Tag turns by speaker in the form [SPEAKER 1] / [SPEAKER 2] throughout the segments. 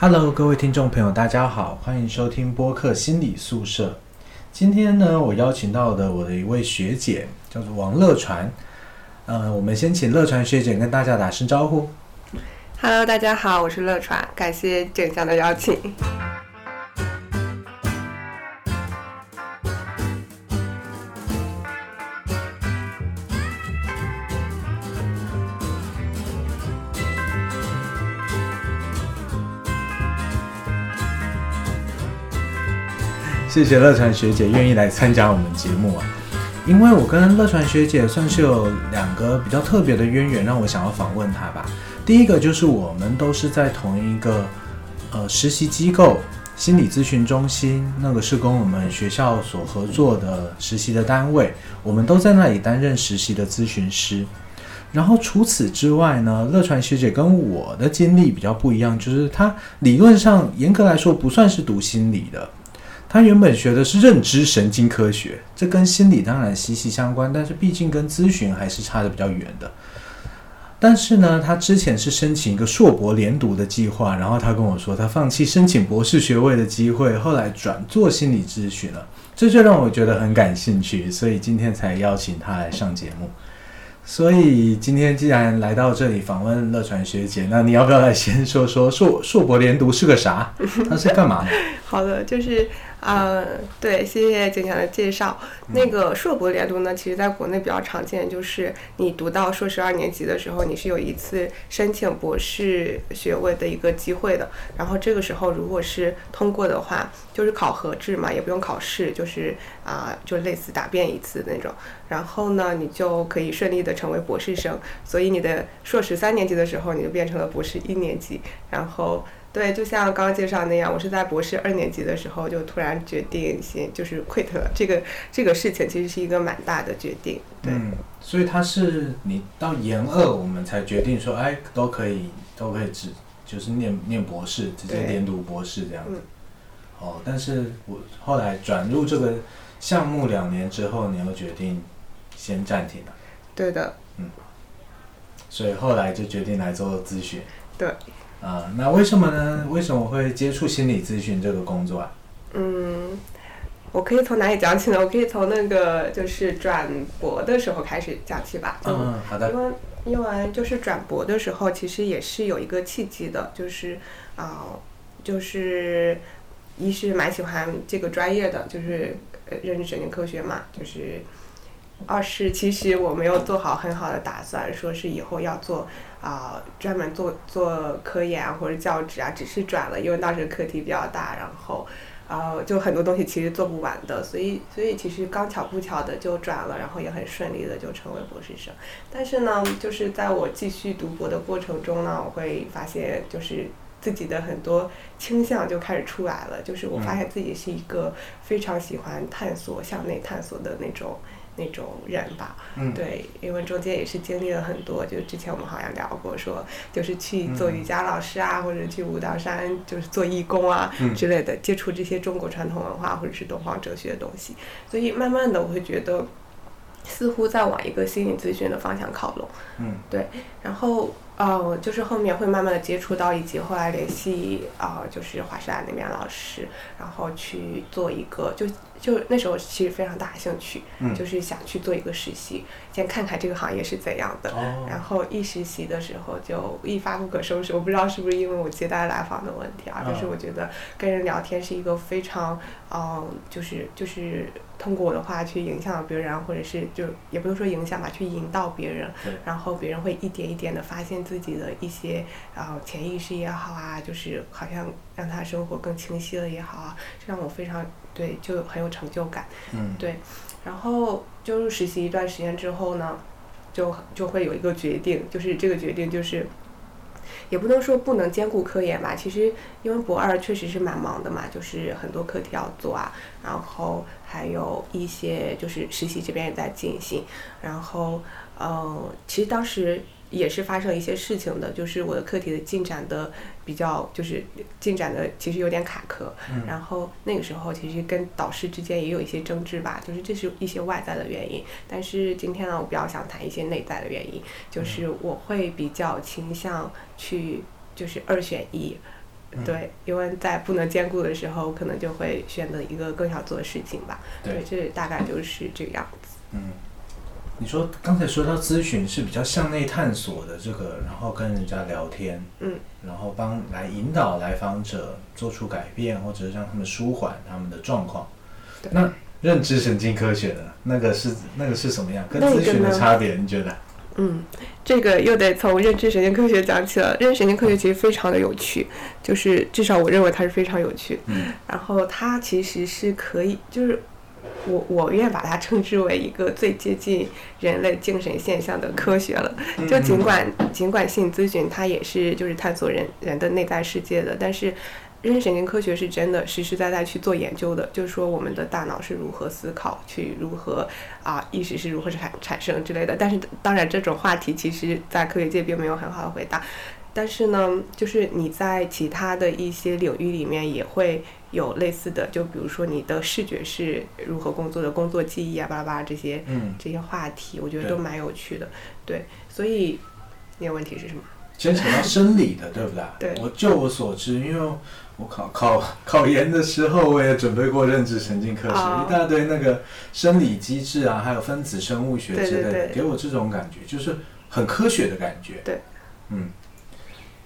[SPEAKER 1] Hello，各位听众朋友，大家好，欢迎收听播客心理宿舍。今天呢，我邀请到的我的一位学姐叫做王乐传。呃，我们先请乐传学姐跟大家打声招呼。
[SPEAKER 2] Hello，大家好，我是乐传，感谢郑江的邀请。
[SPEAKER 1] 谢谢乐传学姐愿意来参加我们节目啊，因为我跟乐传学姐算是有两个比较特别的渊源，让我想要访问她吧。第一个就是我们都是在同一个呃实习机构心理咨询中心，那个是跟我们学校所合作的实习的单位，我们都在那里担任实习的咨询师。然后除此之外呢，乐传学姐跟我的经历比较不一样，就是她理论上严格来说不算是读心理的，他原本学的是认知神经科学，这跟心理当然息息相关，但是毕竟跟咨询还是差的比较远的。但是呢，他之前是申请一个硕博连读的计划，然后他跟我说他放弃申请博士学位的机会，后来转做心理咨询了，这就让我觉得很感兴趣，所以今天才邀请他来上节目。所以今天既然来到这里访问乐传学姐，那你要不要来先说说硕硕博连读是个啥？它是干嘛的？
[SPEAKER 2] 好的，就是呃，对，谢谢景强的介绍。那个硕博连读呢，其实在国内比较常见，就是你读到硕士二年级的时候，你是有一次申请博士学位的一个机会的。然后这个时候如果是通过的话，就是考核制嘛，也不用考试，就是啊、就类似答辩一次那种。然后呢，你就可以顺利的成为博士生。所以你的硕士三年级的时候，你就变成了博士一年级，然后。对，就像刚刚介绍那样，我是在博士二年级的时候就突然决定先就是 quit 了。这个这个事情其实是一个蛮大的决定。对，
[SPEAKER 1] 嗯，所以他是你到研二，我们才决定说，哎，都可以，都可以只就是念念博士，直接
[SPEAKER 2] 对
[SPEAKER 1] 连读博士这样子
[SPEAKER 2] 嗯。
[SPEAKER 1] 哦，但是我后来转入这个项目两年之后，你又决定先暂停了，
[SPEAKER 2] 对的，
[SPEAKER 1] 所以后来就决定来做咨询。
[SPEAKER 2] 对。
[SPEAKER 1] 啊、那为什么呢？为什么会接触心理咨询这个工作啊？
[SPEAKER 2] 嗯，我可以从哪里讲起呢？我可以从那个就是转博的时候开始讲起吧。就
[SPEAKER 1] 嗯，好的，
[SPEAKER 2] 因为因为就是转博的时候，其实也是有一个契机的，就是啊、就是一是蛮喜欢这个专业的，就是呃认知神经科学嘛，就是二是其实我没有做好很好的打算，说是以后要做啊、专门做做科研啊或者教职啊，只是转了，因为当时课题比较大，然后。呃，就很多东西其实做不完的，所以所以其实刚巧不巧的就转了，然后也很顺利的就成为博士生。但是呢，就是在我继续读博的过程中呢，我会发现就是自己的很多倾向就开始出来了，就是我发现自己是一个非常喜欢探索、向内探索的那种那种人吧。
[SPEAKER 1] 嗯，
[SPEAKER 2] 对，因为中间也是经历了很多，就之前我们好像聊过说，就是去做
[SPEAKER 1] 嗯
[SPEAKER 2] 瑜伽老师啊，或者去武当山就是做义工啊、
[SPEAKER 1] 嗯
[SPEAKER 2] 之类的，接触这些中国传统文化或者是东方哲学的东西，所以慢慢的我会觉得。似乎在往一个心理咨询的方向靠拢，
[SPEAKER 1] 嗯，
[SPEAKER 2] 对，然后呃，就是后面会慢慢的接触到，以及后来联系啊、呃就是华师大那边老师，然后去做一个，就就那时候其实非常大的兴趣，
[SPEAKER 1] 嗯
[SPEAKER 2] 就是想去做一个实习，先看看这个行业是怎样的，
[SPEAKER 1] 哦，
[SPEAKER 2] 然后一实习的时候就一发不可收拾，我不知道是不是因为我接待来访的问题啊，
[SPEAKER 1] 嗯
[SPEAKER 2] 就是我觉得跟人聊天是一个非常，嗯、就是就是通过我的话去影响别人，啊或者是就也不是说影响吧，去引导别人
[SPEAKER 1] 对，
[SPEAKER 2] 然后别人会一点一点的发现自己的一些啊、呃潜意识也好啊，就是好像让他生活更清晰了也好啊，这让我非常对就很有成就感。
[SPEAKER 1] 嗯，
[SPEAKER 2] 对然后就是实习一段时间之后呢，就就会有一个决定，就是这个决定就是，也不能说不能兼顾科研吧。其实因为博二确实是蛮忙的嘛，就是很多课题要做啊，然后还有一些就是实习这边也在进行，然后呃，其实当时。也是发生了一些事情的，就是我的课题的进展的比较，就是进展的其实有点卡壳，
[SPEAKER 1] 嗯
[SPEAKER 2] 然后那个时候其实跟导师之间也有一些争执吧，就是这是一些外在的原因。但是今天呢，我比较想谈一些内在的原因，
[SPEAKER 1] 嗯
[SPEAKER 2] 就是我会比较倾向去就是二选一。
[SPEAKER 1] 嗯
[SPEAKER 2] 对，因为在不能兼顾的时候，可能就会选择一个更想做的事情吧。
[SPEAKER 1] 对
[SPEAKER 2] 对，这大概就是这样。
[SPEAKER 1] 嗯，你说刚才说到咨询是比较向内探索的这个，然后跟人家聊天，
[SPEAKER 2] 嗯，
[SPEAKER 1] 然后帮来引导来访者做出改变，或者是让他们舒缓他们的状况。
[SPEAKER 2] 对
[SPEAKER 1] 那认知神经科学呢？那个是那个是什么样？跟
[SPEAKER 2] 那个
[SPEAKER 1] 咨询的
[SPEAKER 2] 呢
[SPEAKER 1] 差别，你觉得？
[SPEAKER 2] 嗯，这个又得从认知神经科学讲起了。认知神经科
[SPEAKER 1] 嗯
[SPEAKER 2] 学其实非常的有趣，就是至少我认为它是非常有趣。
[SPEAKER 1] 嗯，
[SPEAKER 2] 然后它其实是可以，就是我我愿把它称之为一个最接近人类精神现象的科学了。就尽管尽管性咨询它也是就是探索人人的内在世界的，但是认知神经科学是真的实实在在去做研究的，就是说我们的大脑是如何思考，去如何啊意识是如何产产生之类的。但是当然这种话题其实在科学界并没有很好的回答。但是呢，就是你在其他的一些领域里面也会有类似的，就比如说你的视觉是如何工作的，工作记忆啊，巴拉巴拉这些，
[SPEAKER 1] 嗯，
[SPEAKER 2] 这些话题，我觉得
[SPEAKER 1] 对
[SPEAKER 2] 都蛮有趣的。对，所以你的问题是什么？
[SPEAKER 1] 先扯到生理的，对不对？
[SPEAKER 2] 对
[SPEAKER 1] 我就我所知，因为我考考考研的时候，我也准备过认知神经科学，
[SPEAKER 2] 哦
[SPEAKER 1] 一大堆那个生理机制啊，还有分子生物学之类的，
[SPEAKER 2] 对对对
[SPEAKER 1] 给我这种感觉，就是很科学的感觉。
[SPEAKER 2] 对，
[SPEAKER 1] 嗯，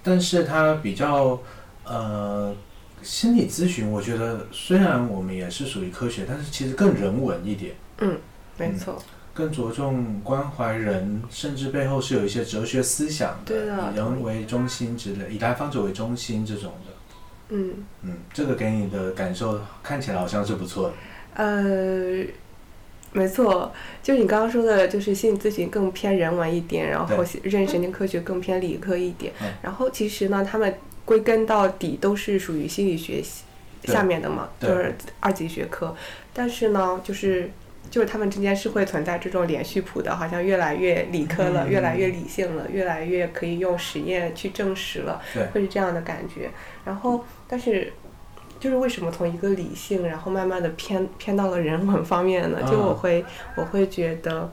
[SPEAKER 1] 但是它比较呃。心理咨询，我觉得虽然我们也是属于科学，但是其实更人文一点，
[SPEAKER 2] 没
[SPEAKER 1] 嗯
[SPEAKER 2] 错，
[SPEAKER 1] 更着重关怀人，甚至背后是有一些哲学思想
[SPEAKER 2] 对
[SPEAKER 1] 的，
[SPEAKER 2] 的
[SPEAKER 1] 以人为中心之类，以来访者为中心这种的。
[SPEAKER 2] 嗯，
[SPEAKER 1] 嗯，这个给你的感受看起来好像是不 错的。
[SPEAKER 2] 呃，没错，就是你刚刚说的，就是心理咨询更偏人文一点，然后认识神经科学更偏理科一点，
[SPEAKER 1] 嗯
[SPEAKER 2] 然后其实呢，他们归根到底都是属于心理学系
[SPEAKER 1] 对
[SPEAKER 2] 下面的嘛，就
[SPEAKER 1] 对
[SPEAKER 2] 是二级学科，但是呢，就是。就是他们之间是会存在这种连续谱的，好像越来越理科了，
[SPEAKER 1] 嗯
[SPEAKER 2] 越来越理性了，越来越可以用实验去证实了，
[SPEAKER 1] 对
[SPEAKER 2] 会是这样的感觉。然后，但是就是为什么从一个理性，然后慢慢的偏偏到了人文方面呢？
[SPEAKER 1] 嗯
[SPEAKER 2] 就我会我会觉得，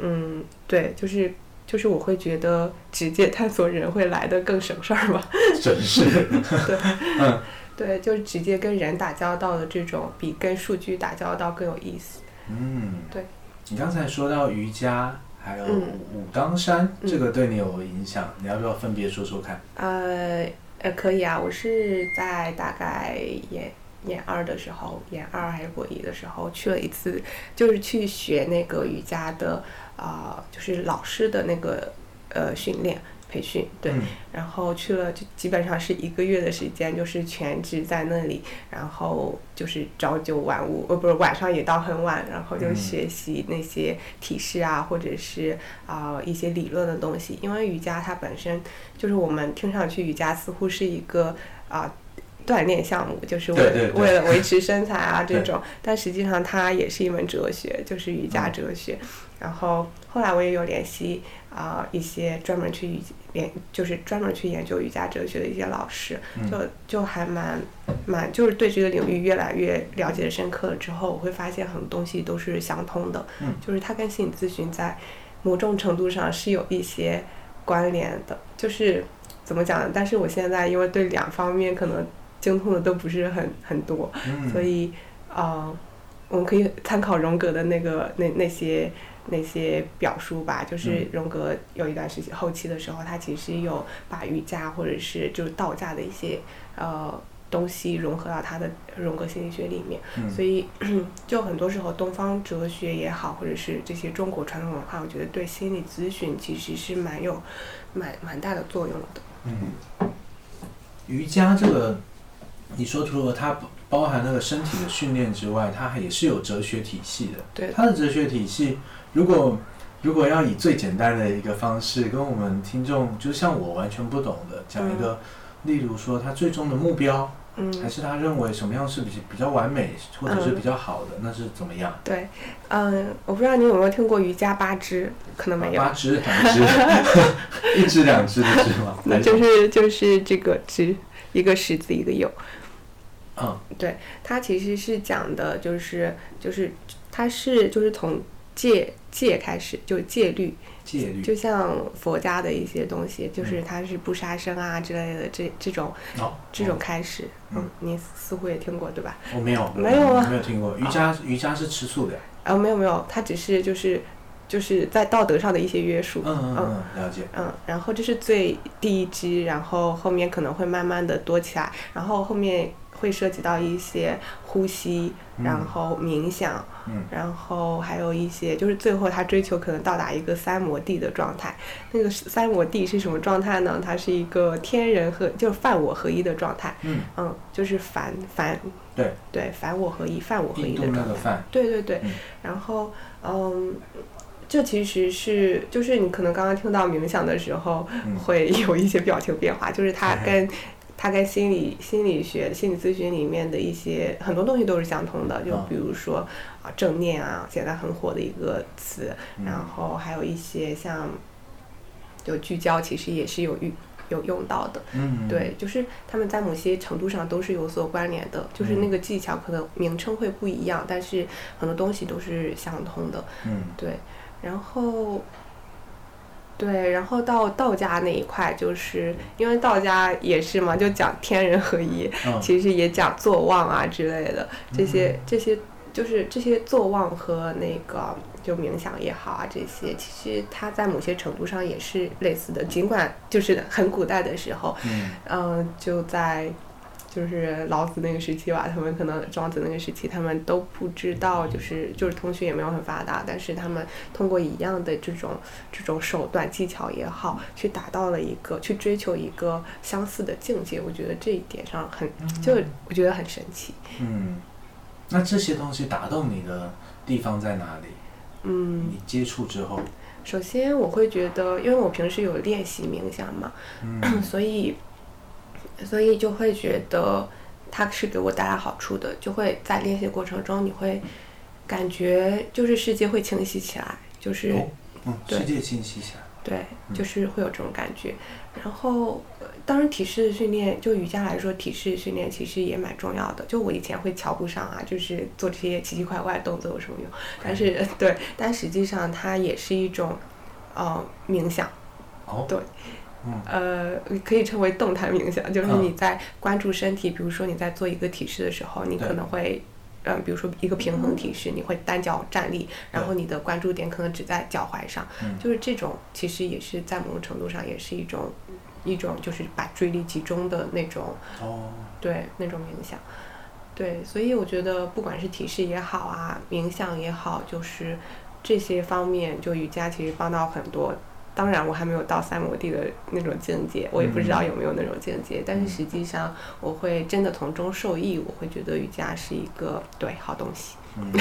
[SPEAKER 2] 嗯，对，就是就是我会觉得直接探索人会来的更省事儿吧。
[SPEAKER 1] 真是，
[SPEAKER 2] 对，就是直接跟人打交道的这种，比跟数据打交道更有意思。
[SPEAKER 1] 嗯，
[SPEAKER 2] 对。
[SPEAKER 1] 你刚才说到瑜伽，还有
[SPEAKER 2] 嗯
[SPEAKER 1] 武当山，
[SPEAKER 2] 嗯
[SPEAKER 1] 这个对你有影响，你要不要分别说说看？
[SPEAKER 2] 呃呃，可以啊，我是在大概研研二的时候，研二还是博一的时候去了一次，就是去学那个瑜伽的啊、呃就是老师的那个呃训练培训，对，
[SPEAKER 1] 嗯
[SPEAKER 2] 然后去了就基本上是一个月的时间，就是全职在那里，然后就是朝九晚五，呃，不是晚上也到很晚，然后就
[SPEAKER 1] 嗯
[SPEAKER 2] 学习那些体式啊，或者是啊、一些理论的东西。因为瑜伽它本身就是我们听上去瑜伽似乎是一个啊。锻炼项目就是为
[SPEAKER 1] 对对对
[SPEAKER 2] 为了维持身材啊这
[SPEAKER 1] 对
[SPEAKER 2] 种，但实际上它也是一门哲学，就是瑜伽
[SPEAKER 1] 嗯
[SPEAKER 2] 哲学。然后后来我也有联系啊、一些专门去瑜研就是专门去研究瑜伽哲学的一些老师，
[SPEAKER 1] 嗯
[SPEAKER 2] 就就还蛮蛮就是对这个领域越来越了解深刻了之后，我会发现很多东西都是相通的，
[SPEAKER 1] 嗯
[SPEAKER 2] 就是它跟心理咨询在某种程度上是有一些关联的，就是怎么讲呢？但是我现在因为对两方面可能精通的都不是很很多，
[SPEAKER 1] 嗯，
[SPEAKER 2] 所以呃，我们可以参考荣格的那个那那些那些表述吧，就是
[SPEAKER 1] 嗯
[SPEAKER 2] 荣格有一段时期后期的时候，他其实有把瑜伽或者是就是道家的一些呃东西融合到他的荣格心理学里面，
[SPEAKER 1] 嗯
[SPEAKER 2] 所以就很多时候东方哲学也好，或者是这些中国传统文化，我觉得对心理咨询其实是蛮有蛮蛮大的作用的。
[SPEAKER 1] 嗯，瑜伽这个，你说除了它包含那个身体的训练之外，它还也是有哲学体系的。
[SPEAKER 2] 对
[SPEAKER 1] 它的哲学体系，如果如果要以最简单的一个方式跟我们听众，就像我完全不懂的讲一个，例如说他最终的目标，
[SPEAKER 2] 嗯，
[SPEAKER 1] 还是他认为什么样是比比较完美，或者是比较好的，那是怎么样？
[SPEAKER 2] 对，嗯，我不知道你有没有听过瑜伽八支，可能没有
[SPEAKER 1] 啊八。只、两只、 一只、两只的只吗？
[SPEAKER 2] 那
[SPEAKER 1] 还
[SPEAKER 2] 就是就是这个之一个十字一个有，
[SPEAKER 1] 嗯
[SPEAKER 2] 它其实是讲的就是就是它是就是从戒戒开始，就是戒律，
[SPEAKER 1] 戒律嗯
[SPEAKER 2] 就像佛家的一些东西，就是它是不杀生啊之类的这这种
[SPEAKER 1] 哦，
[SPEAKER 2] 这种开始。
[SPEAKER 1] 嗯
[SPEAKER 2] 嗯，你似乎也听过对吧？
[SPEAKER 1] 我哦没有
[SPEAKER 2] 没有啊
[SPEAKER 1] 没有听过瑜伽，瑜伽是吃素的，
[SPEAKER 2] 啊，没有没有，它只是就是就是在道德上的一些约束
[SPEAKER 1] 嗯。嗯嗯，了解，
[SPEAKER 2] 嗯，然后这是最第一支，然后后面可能会慢慢的多起来，然后后面会涉及到一些呼吸，
[SPEAKER 1] 嗯
[SPEAKER 2] 然后冥想，
[SPEAKER 1] 嗯
[SPEAKER 2] 然后还有一些就是最后他追求可能到达一个三摩地的状态。那个是三摩地是什么状态呢？它是一个天人合，就是梵我合一的状态。
[SPEAKER 1] 嗯，
[SPEAKER 2] 嗯，就是梵梵
[SPEAKER 1] 对
[SPEAKER 2] 对梵我合一，梵我合一
[SPEAKER 1] 印
[SPEAKER 2] 的
[SPEAKER 1] 度
[SPEAKER 2] 状
[SPEAKER 1] 那
[SPEAKER 2] 态
[SPEAKER 1] 个。饭，
[SPEAKER 2] 对对对，
[SPEAKER 1] 嗯
[SPEAKER 2] 然后嗯，这其实是就是你可能刚刚听到冥想的时候
[SPEAKER 1] 嗯
[SPEAKER 2] 会有一些表情变 化，就是它跟它跟心理心理学、心理咨询里面的一些很多东西都是相通的，就
[SPEAKER 1] 啊
[SPEAKER 2] 比如说啊正念啊，现在很火的一个词，
[SPEAKER 1] 嗯
[SPEAKER 2] 然后还有一些像就聚焦，其实也是有用有用到的。
[SPEAKER 1] 嗯，
[SPEAKER 2] 对，就是他们在某些程度上都是有所关联的，
[SPEAKER 1] 嗯
[SPEAKER 2] 就是那个技巧可能名称会不一样，但是很多东西都是相通的。
[SPEAKER 1] 嗯，
[SPEAKER 2] 对，然后，对，然后到道家那一块，就是因为道家也是嘛，就讲天人合一，
[SPEAKER 1] 嗯
[SPEAKER 2] 其实也讲坐忘啊之类的，这些这些就是这些坐忘和那个就冥想也好啊，这些其实它在某些程度上也是类似的，尽管就是很古代的时候，
[SPEAKER 1] 嗯
[SPEAKER 2] 嗯，就在就是老子那个时期吧，他们可能庄子那个时期，他们都不知道，就是就是通讯也没有很发达，但是他们通过一样的这种这种手段技巧也好，去达到了一个去追求一个相似的境界。我觉得这一点上很，就我觉得很神奇。
[SPEAKER 1] 嗯，那这些东西打动你的地方在哪里？
[SPEAKER 2] 嗯，
[SPEAKER 1] 你接触之后，
[SPEAKER 2] 首先我会觉得，因为我平时有练习冥想嘛，
[SPEAKER 1] 嗯
[SPEAKER 2] 所以，所以就会觉得它是给我带来好处的，就会在练习过程中，你会感觉就是世界会清晰起来，就是、
[SPEAKER 1] 哦嗯，
[SPEAKER 2] 对
[SPEAKER 1] 世界清晰起来，
[SPEAKER 2] 对，
[SPEAKER 1] 嗯
[SPEAKER 2] 就是会有这种感觉。然后，呃当然体式训练，就瑜伽来说，体式训练其实也蛮重要的。就我以前会瞧不上啊，就是做这些奇奇怪怪的动作有什么用？但是呃对，但实际上它也是一种，呃，冥想。
[SPEAKER 1] 哦，
[SPEAKER 2] 对，
[SPEAKER 1] 嗯
[SPEAKER 2] 呃，可以称为动态冥想，就是
[SPEAKER 1] 嗯
[SPEAKER 2] 你在关注身体，比如说你在做一个体式的时候，你
[SPEAKER 1] 对
[SPEAKER 2] 可能会。嗯，比如说一个平衡体式，你会单脚站立，然后你的关注点可能只在脚踝上，
[SPEAKER 1] 嗯
[SPEAKER 2] 就是这种，其实也是在某种程度上也是一种，一种就是把注意力集中的那种，
[SPEAKER 1] 哦，
[SPEAKER 2] 对那种冥想，对，所以我觉得不管是体式也好啊，冥想也好，就是这些方面，就瑜伽其实帮到很多。当然，我还没有到三摩地的那种境界，我也不知道有没有那种境界。但是实际上，我会真的从中受益，我会觉得瑜伽是一个对好东西。
[SPEAKER 1] 嗯。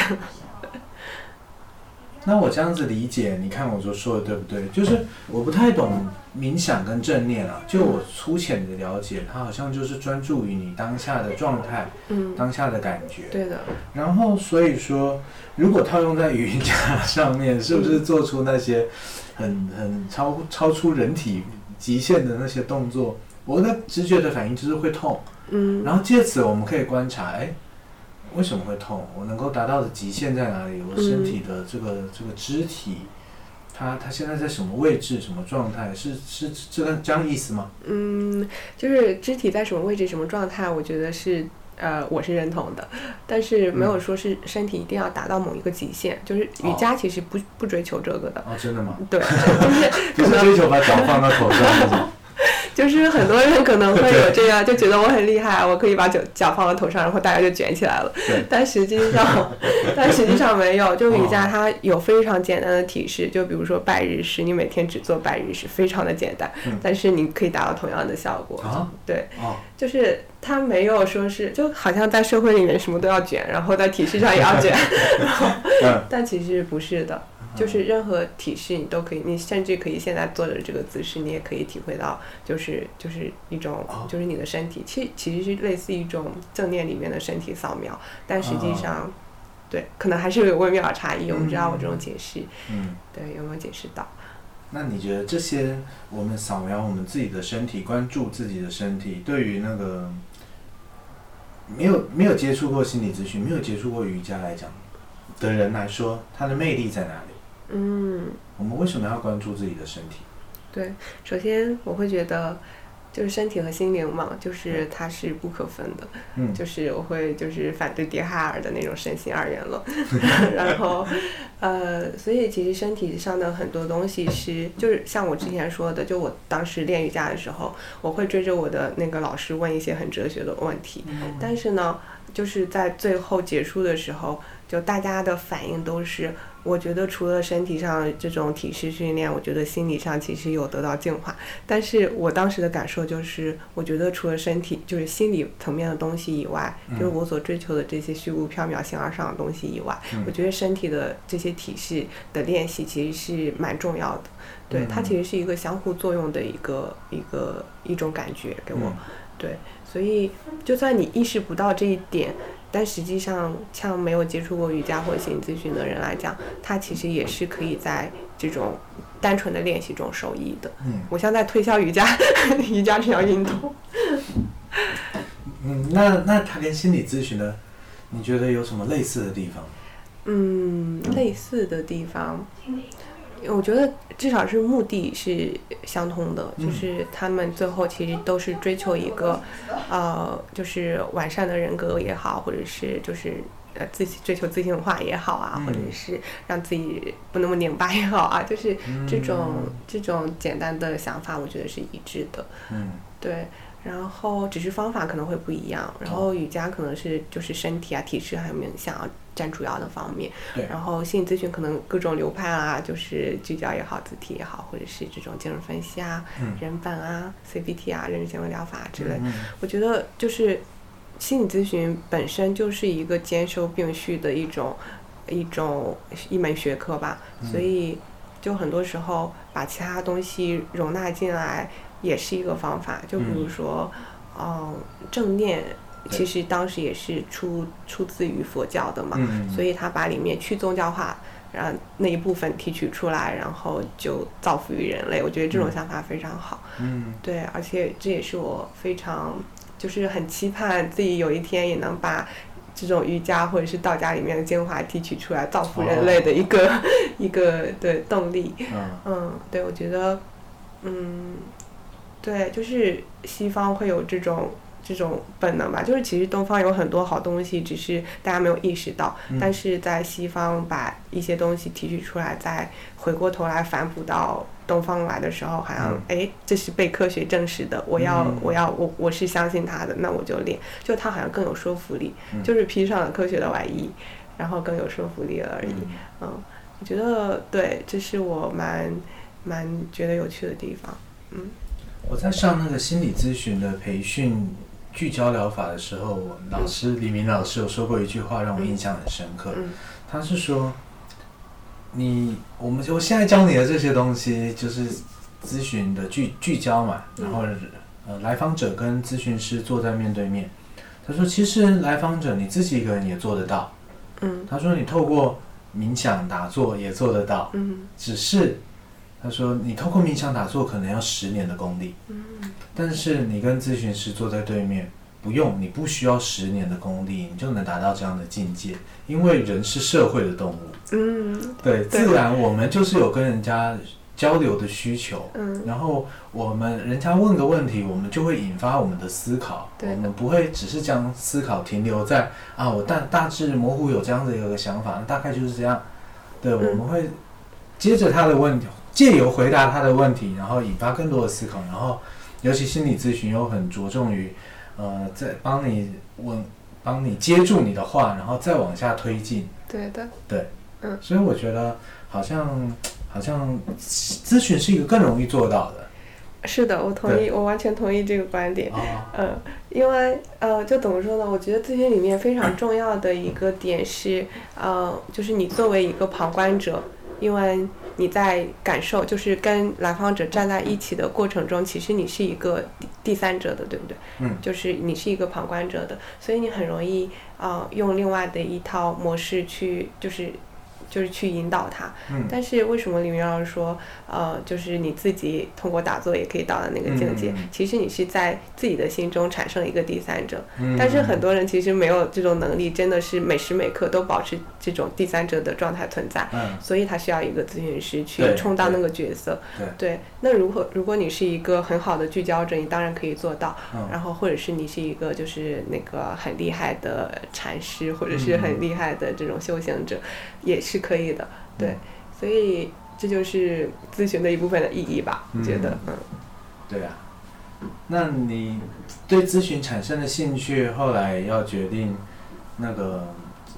[SPEAKER 1] 那我这样子理解，你看我所说的对不对？就是我不太懂冥想跟正念啊，就我粗浅的了解，它好像就是专注于你当下的状态、
[SPEAKER 2] 嗯，
[SPEAKER 1] 当下的感觉。
[SPEAKER 2] 对的，
[SPEAKER 1] 然后所以说，如果套用在瑜伽上面，是不是做出那些很很超超出人体极限的那些动作？我的直觉的反应就是会痛，
[SPEAKER 2] 嗯
[SPEAKER 1] 然后借此我们可以观察，哎，为什么会痛？我能够达到的极限在哪里？我身体的这
[SPEAKER 2] 嗯
[SPEAKER 1] 个这个肢体，它它现在在什么位置、什么状态？是是是这个这样意思吗？
[SPEAKER 2] 嗯，就是肢体在什么位置、什么状态，我觉得是。呃，我是认同的，但是没
[SPEAKER 1] 嗯
[SPEAKER 2] 有说是身体一定要达到某一个极限，就是瑜伽其实不不追求这 个的，
[SPEAKER 1] 哦，真的吗？
[SPEAKER 2] 对，就是
[SPEAKER 1] 不是追求把脚放到头上那 种。
[SPEAKER 2] 就是很多人可能会有这样，就觉得我很厉害，我可以把脚脚放到头上，然后大家就卷起来了
[SPEAKER 1] 对。
[SPEAKER 2] 但实际 上，但实际上没有。就瑜
[SPEAKER 1] 哦
[SPEAKER 2] 伽它有非常简单的体式，就比如说拜日式，你每天只做拜日式，非常的简单
[SPEAKER 1] 嗯，
[SPEAKER 2] 但是你可以达到同样的效果
[SPEAKER 1] 啊。
[SPEAKER 2] 对，
[SPEAKER 1] 哦，
[SPEAKER 2] 就是它没有说是，就好像在社会里面什么都要卷，然后在体式上也 要卷，
[SPEAKER 1] 嗯，
[SPEAKER 2] 但其实不是的。就是任何体式你都可以，你甚至可以现在坐着这个姿势，你也可以体会到，就是就是一种
[SPEAKER 1] 哦，
[SPEAKER 2] 就是你的身体，其实其实是类似一种正念里面的身体扫描，但实际上，
[SPEAKER 1] 哦
[SPEAKER 2] 对，可能还是有微妙的差异。我不知道我这种解释，
[SPEAKER 1] 嗯。
[SPEAKER 2] 对有没有解释到？
[SPEAKER 1] 那你觉得这些我们扫描我们自己的身体，关注自己的身体，对于那个没有没有接触过心理咨询、没有接触过瑜伽来讲，的人来说，它的魅力在哪里？
[SPEAKER 2] 嗯，
[SPEAKER 1] 我们为什么要关注自己的身体？
[SPEAKER 2] 首先我会觉得，就是身体和心灵嘛，就是它是不可分的。
[SPEAKER 1] 嗯
[SPEAKER 2] 就是我会就是反对笛哈尔的那种身心二元论， 然后呃，所以其实身体上的很多东西是，就是像我之前说的，就我当时练瑜伽的时候，我会追着我的那个老师问一些很哲学的问题，
[SPEAKER 1] 嗯
[SPEAKER 2] 但是呢，就是在最后结束的时候，就大家的反应都是，我觉得除了身体上这种体式训练，我觉得心理上其实有得到净化。但是我当时的感受就是，我觉得除了身体，就是心理层面的东西以外，
[SPEAKER 1] 嗯
[SPEAKER 2] 就是我所追求的这些虚无缥缈、形而上的东西以外，
[SPEAKER 1] 嗯
[SPEAKER 2] 我觉得身体的这些体式的练习其实是蛮重要的。对，
[SPEAKER 1] 嗯
[SPEAKER 2] 它其实是一个相互作用的一个一个一种感觉给我。
[SPEAKER 1] 嗯
[SPEAKER 2] 所以，就算你意识不到这一点，但实际上，像没有接触过瑜伽或心理咨询的人来讲，他其实也是可以在这种单纯的练习中受益的。
[SPEAKER 1] 嗯
[SPEAKER 2] 我像在推销瑜伽， 瑜伽这项运动。
[SPEAKER 1] 嗯，那那它跟心理咨询呢，你觉得有什么类似的地方？
[SPEAKER 2] 嗯，类似的地方，我觉得至少是目的是相通的，
[SPEAKER 1] 嗯
[SPEAKER 2] 就是他们最后其实都是追求一个，呃，就是完善的人格也好，或者是就是。呃，自己追求自信化也好啊，
[SPEAKER 1] 嗯
[SPEAKER 2] 或者是让自己不那么拧巴也好啊，就是这种、
[SPEAKER 1] 嗯
[SPEAKER 2] 这种简单的想法，我觉得是一致的。
[SPEAKER 1] 嗯
[SPEAKER 2] 对，然后只是方法可能会不一样，然后瑜伽可能是就是身体啊、体式还有冥想啊占主要的方面，
[SPEAKER 1] 对
[SPEAKER 2] 然后心理咨询可能各种流派啊，就是聚焦也好、字体也好，或者是这种精神分析啊、
[SPEAKER 1] 嗯
[SPEAKER 2] 人本啊、CBT 啊、认知行为疗法啊之类的，
[SPEAKER 1] 嗯
[SPEAKER 2] 我觉得就是心理咨询本身就是一个兼收并蓄的一种一种一门学科吧，
[SPEAKER 1] 嗯
[SPEAKER 2] 所以就很多时候把其他东西容纳进来也是一个方法。就比如说，嗯、正念
[SPEAKER 1] 对
[SPEAKER 2] 其实当时也是出出自于佛教的嘛，
[SPEAKER 1] 嗯，
[SPEAKER 2] 啊所
[SPEAKER 1] 以
[SPEAKER 2] 以他把里面去宗教化，然后那一部分提取出来，然后就造福于人类。我觉得这种
[SPEAKER 1] 嗯
[SPEAKER 2] 想法非常好。
[SPEAKER 1] 嗯
[SPEAKER 2] 对，而且这也是我非常就是很期盼自己有一天也能把这种瑜伽或者是道家里面的精华提取出来，造福人类的一个、 一个对动力。
[SPEAKER 1] 嗯
[SPEAKER 2] 嗯，对，我觉得，嗯，对，就是西方会有这种。这种本能吧，就是其实东方有很多好东西，只是大家没有意识到。
[SPEAKER 1] 嗯
[SPEAKER 2] 但是在西方把一些东西提取出来，再回过头来反哺到东方来的时候，好像
[SPEAKER 1] 嗯
[SPEAKER 2] 哎、这是被科学证实的，我要、
[SPEAKER 1] 嗯
[SPEAKER 2] 我要我我是相信它的，那我就练，就它好像更有说服力，
[SPEAKER 1] 嗯
[SPEAKER 2] 就是披上了科学的外衣，然后更有说服力了而已。嗯，我觉得对，这是我蛮蛮觉得有趣的地方。
[SPEAKER 1] 我在上那个心理咨询的培训聚焦疗法的时候，我们老师李明老师有说过一句话，让我印象很深刻。
[SPEAKER 2] 嗯
[SPEAKER 1] 他是说，你我们我现在教你的这些东西，就是咨询的聚聚焦嘛，
[SPEAKER 2] 嗯
[SPEAKER 1] 然后呃，来访者跟咨询师坐在面对面。他说，其实来访者你自己一个人也做得到。
[SPEAKER 2] 嗯
[SPEAKER 1] 他说，你透过冥想打坐也做得到，
[SPEAKER 2] 嗯
[SPEAKER 1] 只是他说你透过冥想打坐可能要十年的功力，
[SPEAKER 2] 嗯
[SPEAKER 1] 但是你跟咨询师坐在对面，不用，你不需要十年的功力，你就能达到这样的境界，因为人是社会的动物，
[SPEAKER 2] 嗯
[SPEAKER 1] 对，
[SPEAKER 2] 对
[SPEAKER 1] 自然我们就是有跟人家交流的需求。
[SPEAKER 2] 嗯，
[SPEAKER 1] 然后我们人家问个问题，我们就会引发我们的思考，
[SPEAKER 2] 对
[SPEAKER 1] 我
[SPEAKER 2] 的
[SPEAKER 1] 们不会只是将思考停留在啊，我大大致模糊有这样的一个想法，大概就是这样。对，
[SPEAKER 2] 嗯
[SPEAKER 1] 我们会接着他的问题，借由回答他的问题，然后引发更多的思考，然后尤其心理咨询又很着重于，呃，在帮你问，帮你接住你的话，然后再往下推进。
[SPEAKER 2] 对的，
[SPEAKER 1] 所以我觉得好像好像咨询是一个更容易做到的
[SPEAKER 2] 是的，我同意，我完全同意这个观点。
[SPEAKER 1] 啊，
[SPEAKER 2] 嗯，因为呃，就怎么说呢？我觉得咨询里面非常重要的一个点是，呃，就是你作为一个旁观者，因为你在感受，就是跟来访者站在一起的过程中，其实你是一个第第三者的，对不对？
[SPEAKER 1] 嗯
[SPEAKER 2] 就是你是一个旁观者的，所以你很容易啊、呃用另外的一套模式去，就是就是去引导他。
[SPEAKER 1] 嗯
[SPEAKER 2] 但是为什么李明老师说，呃，就是你自己通过打坐也可以到达那个境界？
[SPEAKER 1] 嗯
[SPEAKER 2] 其实你是在自己的心中产生了一个第三者，
[SPEAKER 1] 嗯
[SPEAKER 2] 但是很多人其实没有这种能力，真的是每时每刻都保持这种第三者的状态存在。
[SPEAKER 1] 嗯
[SPEAKER 2] 所以他需要一个咨询师去
[SPEAKER 1] 对
[SPEAKER 2] 充当那个角色。
[SPEAKER 1] 对
[SPEAKER 2] 那如果如果你是一个很好的聚焦者，你当然可以做到。
[SPEAKER 1] 嗯
[SPEAKER 2] 然后或者是你是一个就是那个很厉害的禅师，或者是
[SPEAKER 1] 嗯
[SPEAKER 2] 很厉害的这种修行者，也是可以的。对，
[SPEAKER 1] 嗯
[SPEAKER 2] 所以这就是咨询的一部分的意义吧，我觉得，嗯。
[SPEAKER 1] 对啊。那你对咨询产生的兴趣，后来要决定那个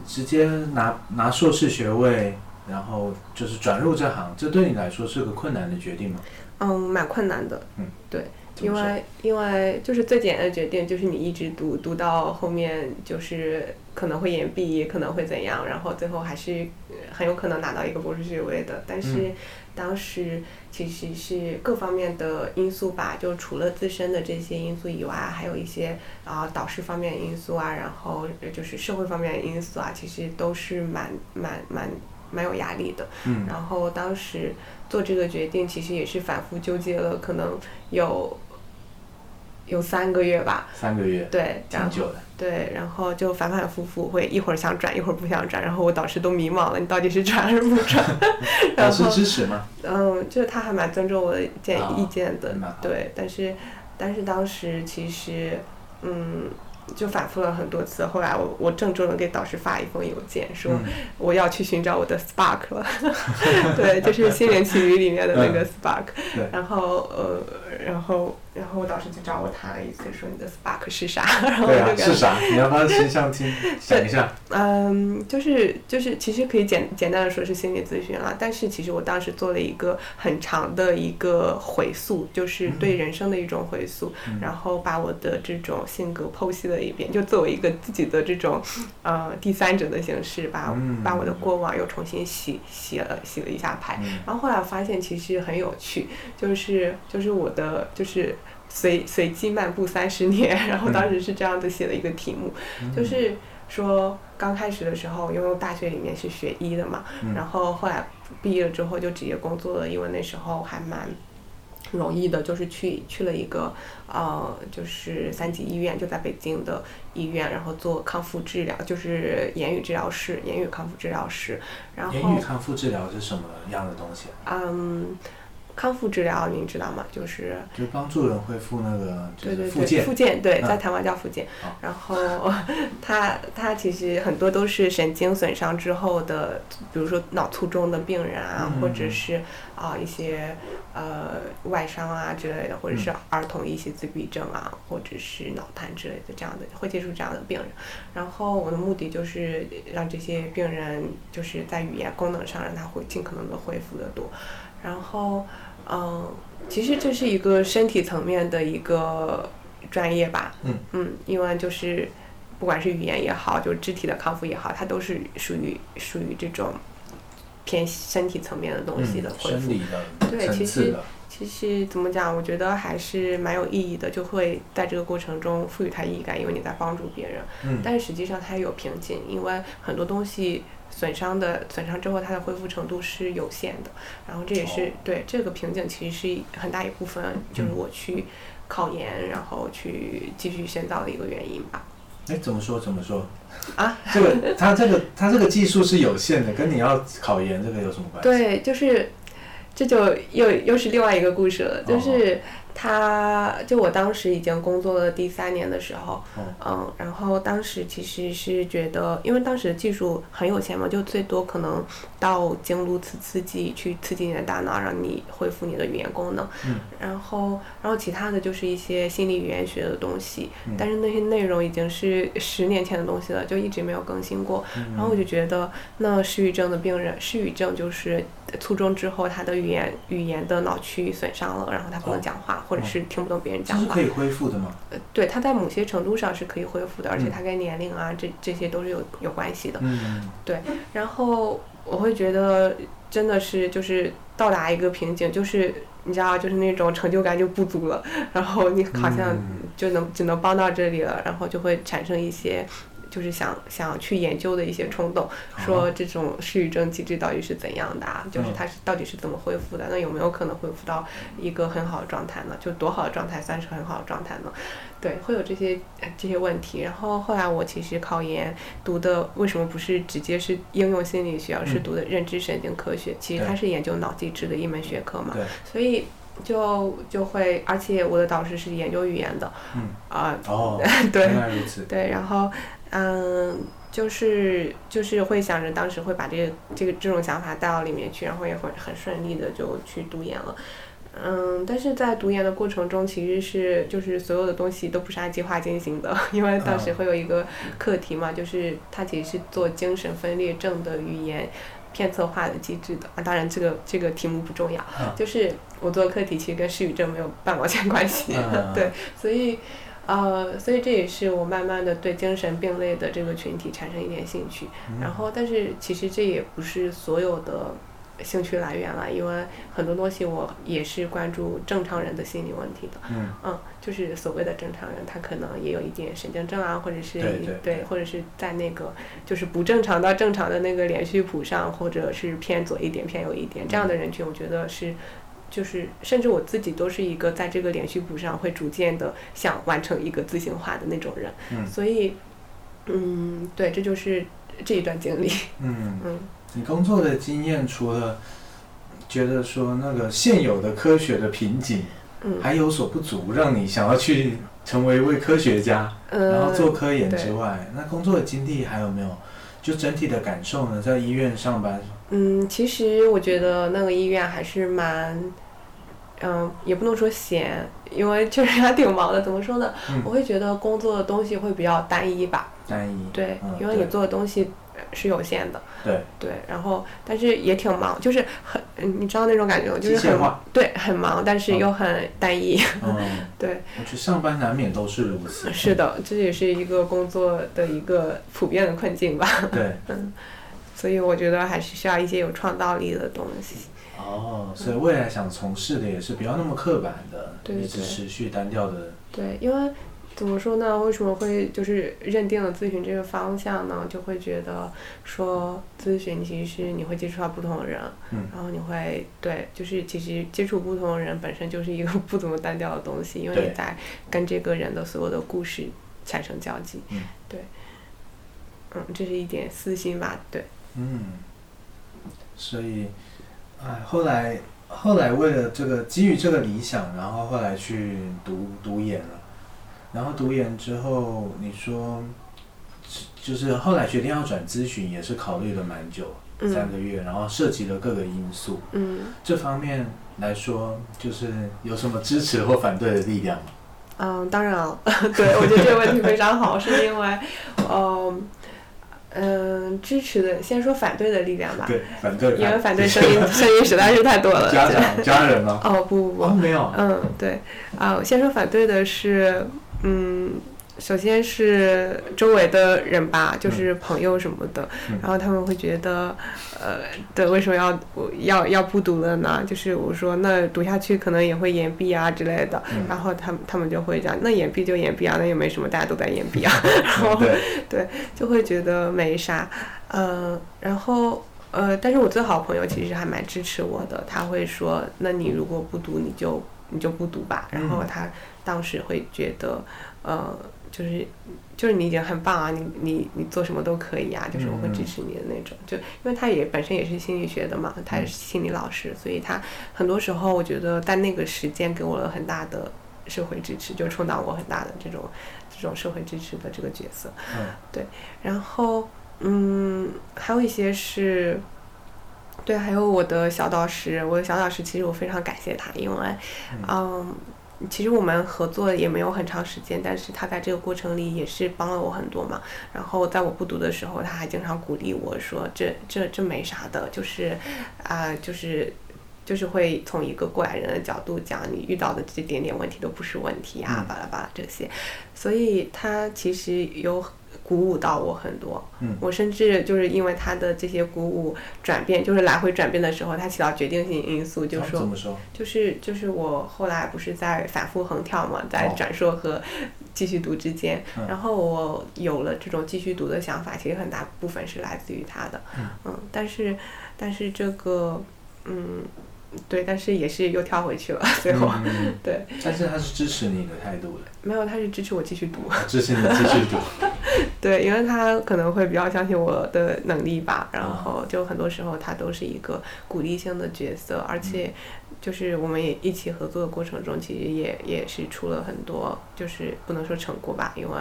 [SPEAKER 1] 直接拿拿硕士学位，然后就是转入这行，这对你来说是个困难的决定吗？
[SPEAKER 2] 嗯，蛮困难的。
[SPEAKER 1] 嗯，
[SPEAKER 2] 对，
[SPEAKER 1] 怎
[SPEAKER 2] 因
[SPEAKER 1] 么说
[SPEAKER 2] 为因为就是最简单的决定，就是你一直读读到后面，就是可能会延毕，可能会怎样，然后最后还是呃很有可能拿到一个博士学位的。但是
[SPEAKER 1] 嗯
[SPEAKER 2] 当时其实是各方面的因素吧，就除了自身的这些因素以外，还有一些啊、导师方面的因素啊，然后呃就是社会方面的因素啊，其实都是蛮蛮蛮蛮有压力的。
[SPEAKER 1] 嗯
[SPEAKER 2] 然后当时做这个决定，其实也是反复纠结了，可能有有三个月吧。
[SPEAKER 1] 三个月，
[SPEAKER 2] 对，然
[SPEAKER 1] 挺
[SPEAKER 2] 后
[SPEAKER 1] 久的。
[SPEAKER 2] 对，然后就反反复复，会一会儿想转，一会儿不想转，然后我导师都迷茫了，你到底是转还是不转？ 然
[SPEAKER 1] 老师
[SPEAKER 2] 后
[SPEAKER 1] 支持 吗？
[SPEAKER 2] 嗯，就是他还蛮尊重我的建
[SPEAKER 1] 啊
[SPEAKER 2] 意见的
[SPEAKER 1] 蛮好，
[SPEAKER 2] 对，但是但是当时其实嗯。就反复了很多次，后来我我郑重的给导师发一封邮件，说
[SPEAKER 1] 嗯
[SPEAKER 2] 我要去寻找我的 spark 了， 对，就是《心灵奇旅》里面的那个 spark、
[SPEAKER 1] 嗯对
[SPEAKER 2] 然后呃，然后然后我导师就找我谈了一次，说你的 spark 是啥？ 然后我
[SPEAKER 1] 对啊，
[SPEAKER 2] 就跟
[SPEAKER 1] 是啥？你要不要先上 听想一下？
[SPEAKER 2] 嗯，就是就是，其实可以简简单的说是心理咨询啦，但是其实我当时做了一个很长的一个回溯，就是对人生的一种回溯，
[SPEAKER 1] 嗯
[SPEAKER 2] 然后把我的这种性格剖析了一遍，就作为一个自己的这种呃第三者的形式，把、
[SPEAKER 1] 嗯
[SPEAKER 2] 把我的过往又重新洗洗了洗了一下牌，
[SPEAKER 1] 嗯
[SPEAKER 2] 然后后来我发现其实很有趣，就是就是我的就是随随机漫步三十年，然后
[SPEAKER 1] 嗯
[SPEAKER 2] 当时是这样子写了一个题目，就是说刚开始的时候，因为我大学里面是学医的嘛，
[SPEAKER 1] 嗯
[SPEAKER 2] 然后后来毕业了之后就直接工作了，因为那时候还蛮。容易的，就是去去了一个呃，就是三级医院，就在北京的医院，然后做康复治疗，就是言语治疗师，言语康复治疗师。然后
[SPEAKER 1] 言语康复治疗是什么样的东西啊？
[SPEAKER 2] 嗯，康复治疗您知道吗？就是
[SPEAKER 1] 就是帮助人恢复那个就
[SPEAKER 2] 对
[SPEAKER 1] 是
[SPEAKER 2] 对
[SPEAKER 1] 复
[SPEAKER 2] 对，
[SPEAKER 1] 健
[SPEAKER 2] 复。健对，
[SPEAKER 1] 嗯
[SPEAKER 2] 在台湾叫复健。
[SPEAKER 1] 好
[SPEAKER 2] 然后 它它其实很多都是神经损伤之后的，比如说脑卒中的病人啊，
[SPEAKER 1] 嗯
[SPEAKER 2] 或者是啊、一些呃外伤啊之类的，或者是
[SPEAKER 1] 嗯
[SPEAKER 2] 儿童一些自闭症啊，或者是脑瘫之类的这样的，会接触这样的病人。然后我的目的就是让这些病人就是在语言功能上让他会尽可能的恢复的多，然后嗯、其实这是一个身体层面的一个专业吧，
[SPEAKER 1] 嗯
[SPEAKER 2] 因为就是不管是语言也好，就是肢体的康复也好，它都是属于属于这种偏身体层面的东西的
[SPEAKER 1] 嗯
[SPEAKER 2] 恢复。
[SPEAKER 1] 生理的
[SPEAKER 2] 对
[SPEAKER 1] 层
[SPEAKER 2] 其
[SPEAKER 1] 次
[SPEAKER 2] 实
[SPEAKER 1] 的，
[SPEAKER 2] 其实怎么讲，我觉得还是蛮有意义的，就会在这个过程中赋予它意义感，因为你在帮助别人。
[SPEAKER 1] 嗯，
[SPEAKER 2] 但实际上它也有瓶颈，因为很多东西损伤的损伤之后，它的恢复程度是有限的。然后这也是、
[SPEAKER 1] 哦
[SPEAKER 2] 对这个瓶颈，其实是很大一部分就是
[SPEAKER 1] 嗯
[SPEAKER 2] 我去考研，然后去继续深造的一个原因吧。
[SPEAKER 1] 哎，怎么说怎么说
[SPEAKER 2] 啊？
[SPEAKER 1] 这个他这个他这个技术是有限的，跟你要考研这个有什么关系？
[SPEAKER 2] 对，就是这就又又是另外一个故事了，
[SPEAKER 1] 哦
[SPEAKER 2] 就是他就我当时已经工作了第三年的时候，
[SPEAKER 1] 哦
[SPEAKER 2] 嗯，然后当时其实是觉得，因为当时的技术很有限嘛，就最多可能到经颅刺刺激去刺激你的大脑，让你恢复你的语言功能，
[SPEAKER 1] 嗯
[SPEAKER 2] 然后然后其他的就是一些心理语言学的东西，
[SPEAKER 1] 嗯
[SPEAKER 2] 但是那些内容已经是十年前的东西了，就一直没有更新过，
[SPEAKER 1] 嗯
[SPEAKER 2] 然后我就觉得，那失语症的病人，失语症就是初中之后，他的语言语言的脑区域损伤了，然后他不能讲话，或者是听不懂别人
[SPEAKER 1] 这
[SPEAKER 2] 讲
[SPEAKER 1] 哦是
[SPEAKER 2] 话
[SPEAKER 1] 可。以恢复的吗？
[SPEAKER 2] 呃对，他在某些程度上是可以恢复的，而且
[SPEAKER 1] 嗯
[SPEAKER 2] 他跟年龄啊，这这些都是有有关系的。
[SPEAKER 1] 嗯，
[SPEAKER 2] 然后我会觉得，真的是就是到达一个瓶颈，就是你知道，就是那种成就感就不足了，然后你好像
[SPEAKER 1] 嗯
[SPEAKER 2] 就能只能帮到这里了，然后就会产生一些。就是想想去研究的一些冲动，
[SPEAKER 1] 哦
[SPEAKER 2] 说这种失语症机制到底是怎样的
[SPEAKER 1] 嗯
[SPEAKER 2] 啊？就是它是到底是怎么恢复的？那有没有可能恢复到一个很好的状态呢？就多好的状态算是很好的状态呢？对，会有这些呃这些问题。然后后来我其实考研读的为什么不是直接是应用心理学，而是
[SPEAKER 1] 嗯
[SPEAKER 2] 读的认知神经科学？其实它
[SPEAKER 1] 对嗯
[SPEAKER 2] 是研究脑机制的一门学科嘛。
[SPEAKER 1] 对，
[SPEAKER 2] 所以就就会，而且我的导师是研究语言的，
[SPEAKER 1] 嗯，
[SPEAKER 2] 啊、
[SPEAKER 1] 哦，原
[SPEAKER 2] 对
[SPEAKER 1] 来如此，
[SPEAKER 2] 对，然后嗯，就是就是会想着当时会把这个这个这种想法带到里面去，然后也会很顺利的就去读研了。嗯，但是在读研的过程中，其实是就是所有的东西都不是按计划进行的， 因为当时
[SPEAKER 1] 嗯
[SPEAKER 2] 会有一个课题嘛，就是它其实是做精神分裂症的语言片策化的机制的啊。当然，这个这个题目不重要，
[SPEAKER 1] 嗯
[SPEAKER 2] 就是 我做的课题其实跟失语症没有半毛钱关系，
[SPEAKER 1] 嗯
[SPEAKER 2] 对，所以。呃，所以这也是我慢慢的对精神病类的这个群体产生一点兴趣，
[SPEAKER 1] 嗯
[SPEAKER 2] 然后但是其实这也不是所有的兴趣来源了，因为很多东西我也是关注正常人的心理问题的，
[SPEAKER 1] 嗯，
[SPEAKER 2] 嗯，就是所谓的正常人，他可能也有一点神经症啊，或者是
[SPEAKER 1] 对对对
[SPEAKER 2] 或者是在那个就是不正常到正常的那个连续谱上，或者是偏左一点偏右一点这
[SPEAKER 1] 嗯
[SPEAKER 2] 样的人群，我觉得是。就是，甚至我自己都是一个在这个连续谱上会逐渐的想完成一个自行化的那种人，
[SPEAKER 1] 嗯
[SPEAKER 2] 所以，嗯，对，这就是这一段经历，
[SPEAKER 1] 嗯，
[SPEAKER 2] 嗯。
[SPEAKER 1] 你工作的经验除了觉得说那个现有的科学的瓶颈
[SPEAKER 2] 嗯
[SPEAKER 1] 还有所不足，让你想要去成为一位科学家，
[SPEAKER 2] 呃，
[SPEAKER 1] 然后做科研
[SPEAKER 2] 对
[SPEAKER 1] 之外，那工作的经历还有没有？就整体的感受呢？在医院上班，
[SPEAKER 2] 嗯，其实我觉得那个医院还是蛮，嗯、也不能说闲，因为确实还挺忙的。怎么说呢？
[SPEAKER 1] 嗯
[SPEAKER 2] 我会觉得工作的东西会比较单一吧。
[SPEAKER 1] 单一，
[SPEAKER 2] 对，
[SPEAKER 1] 嗯
[SPEAKER 2] 因为
[SPEAKER 1] 对
[SPEAKER 2] 你做的东西呃是有限的。
[SPEAKER 1] 对
[SPEAKER 2] 对，然后但是也挺忙，就是很，嗯你知道那种感觉吗？就是
[SPEAKER 1] 机械
[SPEAKER 2] 很
[SPEAKER 1] 化
[SPEAKER 2] 对，很忙，但是又很单一。
[SPEAKER 1] 嗯，
[SPEAKER 2] 对，
[SPEAKER 1] 我觉得上班难免都是如 此，
[SPEAKER 2] 是的，这也是一个工作的一个普遍的困境吧。嗯
[SPEAKER 1] 对，
[SPEAKER 2] 所以我觉得还是需要一些有创造力的东西。
[SPEAKER 1] 哦，所以未来想从事的也是不要那么刻板的，
[SPEAKER 2] 对
[SPEAKER 1] 一直
[SPEAKER 2] 对
[SPEAKER 1] 持续单调的，
[SPEAKER 2] 对，因为怎么说呢？为什么会就是认定了咨询这个方向呢？就会觉得说，咨询其实是你会接触到不同的人，
[SPEAKER 1] 嗯
[SPEAKER 2] 然后你会对，就是其实接触不同的人本身就是一个 不怎么单调的东西，因为
[SPEAKER 1] 对
[SPEAKER 2] 你在跟这个人的所有的故事产生交集。
[SPEAKER 1] 嗯
[SPEAKER 2] 对，嗯，这是一点私心吧？对，
[SPEAKER 1] 嗯，所以，哎，后来后来为了这个基于这个理想，然后后来去读读研了，然后读研之后，你说就是后来决定要转咨询，也是考虑了蛮久，三
[SPEAKER 2] 嗯
[SPEAKER 1] 个月，然后涉及了各个因素，
[SPEAKER 2] 嗯。
[SPEAKER 1] 这方面来说，就是有什么支持或反对的力量吗？
[SPEAKER 2] 嗯，当然了， 对我觉得这个问题非常好，是因为，嗯、嗯、支持的，先说反对的力量吧，
[SPEAKER 1] 对，反对
[SPEAKER 2] 因为嗯反对声 音声音实在是太多了。
[SPEAKER 1] 家
[SPEAKER 2] 对
[SPEAKER 1] 长家人吗？
[SPEAKER 2] 哦不不
[SPEAKER 1] 哦，
[SPEAKER 2] 不，
[SPEAKER 1] 没有，
[SPEAKER 2] 嗯对，啊、先说反对的是，嗯，首先是周围的人吧，就是朋友什么的，
[SPEAKER 1] 嗯
[SPEAKER 2] 然后他们会觉得，呃，对，为什么要我要要不读了呢？就是我说那读下去可能也会延毕啊之类的，
[SPEAKER 1] 嗯
[SPEAKER 2] 然后他们他们就会讲，那延毕就延毕啊，那又没什么，大家都在延毕啊， 然后
[SPEAKER 1] 对，
[SPEAKER 2] 就会觉得没啥，呃，然后呃，但是我最好的朋友其实还蛮支持我的，他会说，那你如果不读，你就你就不读吧。然后
[SPEAKER 1] 嗯
[SPEAKER 2] 他当时会觉得，呃，就是就是你已经很棒啊，你你你做什么都可以啊，就是我会支
[SPEAKER 1] 嗯
[SPEAKER 2] 持你的那种。就因为他也本身也是心理学的嘛，他也是心理老师，所以他很多时候我觉得在那个时间给我了很大的社会支持，就充当我很大的这种这种社会支持的这个角色。
[SPEAKER 1] 嗯
[SPEAKER 2] 然后，嗯，还有一些是，对，还有我的小导师，我的小导师，其实我非常感谢他，因为，嗯，其实我们合作也没有很长时间，但是他在这个过程里也是帮了我很多嘛。然后在我不读的时候，他还经常鼓励我说：“这这这没啥的，就是，啊、就是。”就是会从一个过来人的角度讲，你遇到的这点点问题都不是问题啊
[SPEAKER 1] 嗯，
[SPEAKER 2] 巴拉巴拉这些，所以他其实有鼓舞到我很多。
[SPEAKER 1] 嗯
[SPEAKER 2] 我甚至就是因为他的这些鼓舞转变，就是来回转变的时候，他起到决定性因素，就
[SPEAKER 1] 哦
[SPEAKER 2] 是说
[SPEAKER 1] 怎么说？
[SPEAKER 2] 就是就是我后来不是在反复横跳嘛，在
[SPEAKER 1] 哦
[SPEAKER 2] 转硕和继续读之间
[SPEAKER 1] 嗯。
[SPEAKER 2] 然后我有了这种继续读的想法，其实很大部分是来自于他的
[SPEAKER 1] 嗯。
[SPEAKER 2] 嗯，但是但是这个嗯。对，但是也是又跳回去了， 最后、
[SPEAKER 1] 嗯嗯嗯
[SPEAKER 2] 对，
[SPEAKER 1] 但是他是支持你的态度的，哦
[SPEAKER 2] 没有，他是支持我继续读，
[SPEAKER 1] 支持你继续读。
[SPEAKER 2] 对，因为他可能会比较相信我的能力吧，然后就很多时候他都是一个鼓励性的角色，而且就是我们也一起合作的过程中，其实也也是出了很多，就是不能说成果吧，因为。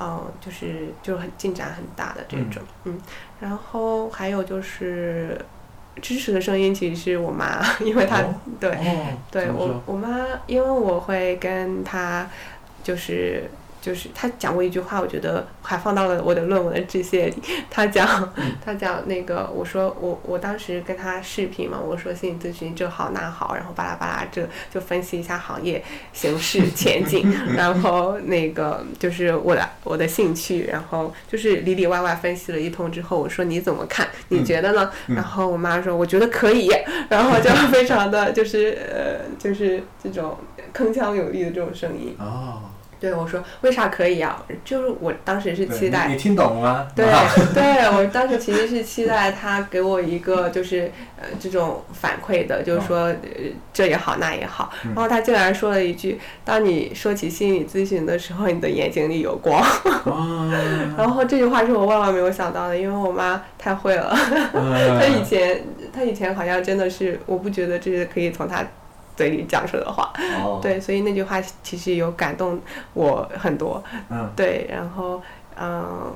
[SPEAKER 2] 嗯，就是就是很进展很大的这种，嗯然后还有就是支持的声音，其实是我妈， 因为她、
[SPEAKER 1] 哦
[SPEAKER 2] 对，
[SPEAKER 1] 哦，
[SPEAKER 2] 对
[SPEAKER 1] 怎么
[SPEAKER 2] 我
[SPEAKER 1] 说，
[SPEAKER 2] 我妈，因为我会跟她，就是就是她讲过一句话，我觉得还放到了我的论文的致谢里。她讲，
[SPEAKER 1] 嗯
[SPEAKER 2] 她讲那个，我说我我当时跟她视频嘛，我说心理咨询这好那好，然后巴拉巴拉这就分析一下行业 形势前景，然后那个就是我的我的兴趣，然后就是里里外外分析了一通之后，我说你怎么看？你
[SPEAKER 1] 嗯
[SPEAKER 2] 觉得呢？
[SPEAKER 1] 嗯
[SPEAKER 2] 然后我妈说我觉得可以，然后就非常的就是呃就是这种铿锵有力的这种声音。
[SPEAKER 1] 哦，
[SPEAKER 2] 对我说为啥可以啊？就是我当时是
[SPEAKER 1] 对
[SPEAKER 2] 期待
[SPEAKER 1] 你你听懂了吗？
[SPEAKER 2] 对
[SPEAKER 1] 啊
[SPEAKER 2] 对，我当时其实是期待他给我一个就是呃这种反馈的，
[SPEAKER 1] 嗯
[SPEAKER 2] 就是说呃这也好那也好。然后他竟然说了一句：“当你说起心理咨询的时候，你的眼睛里有光。
[SPEAKER 1] 哦”
[SPEAKER 2] 然后这句话是我万万没有想到的，因为我妈太会了。
[SPEAKER 1] 呃
[SPEAKER 2] 她以前她以前好像真的是，我不觉得这是可以从她嘴里讲出的话。
[SPEAKER 1] 哦，
[SPEAKER 2] 对，所以那句话其实有感动我很多。
[SPEAKER 1] 嗯，
[SPEAKER 2] 对，然后嗯、呃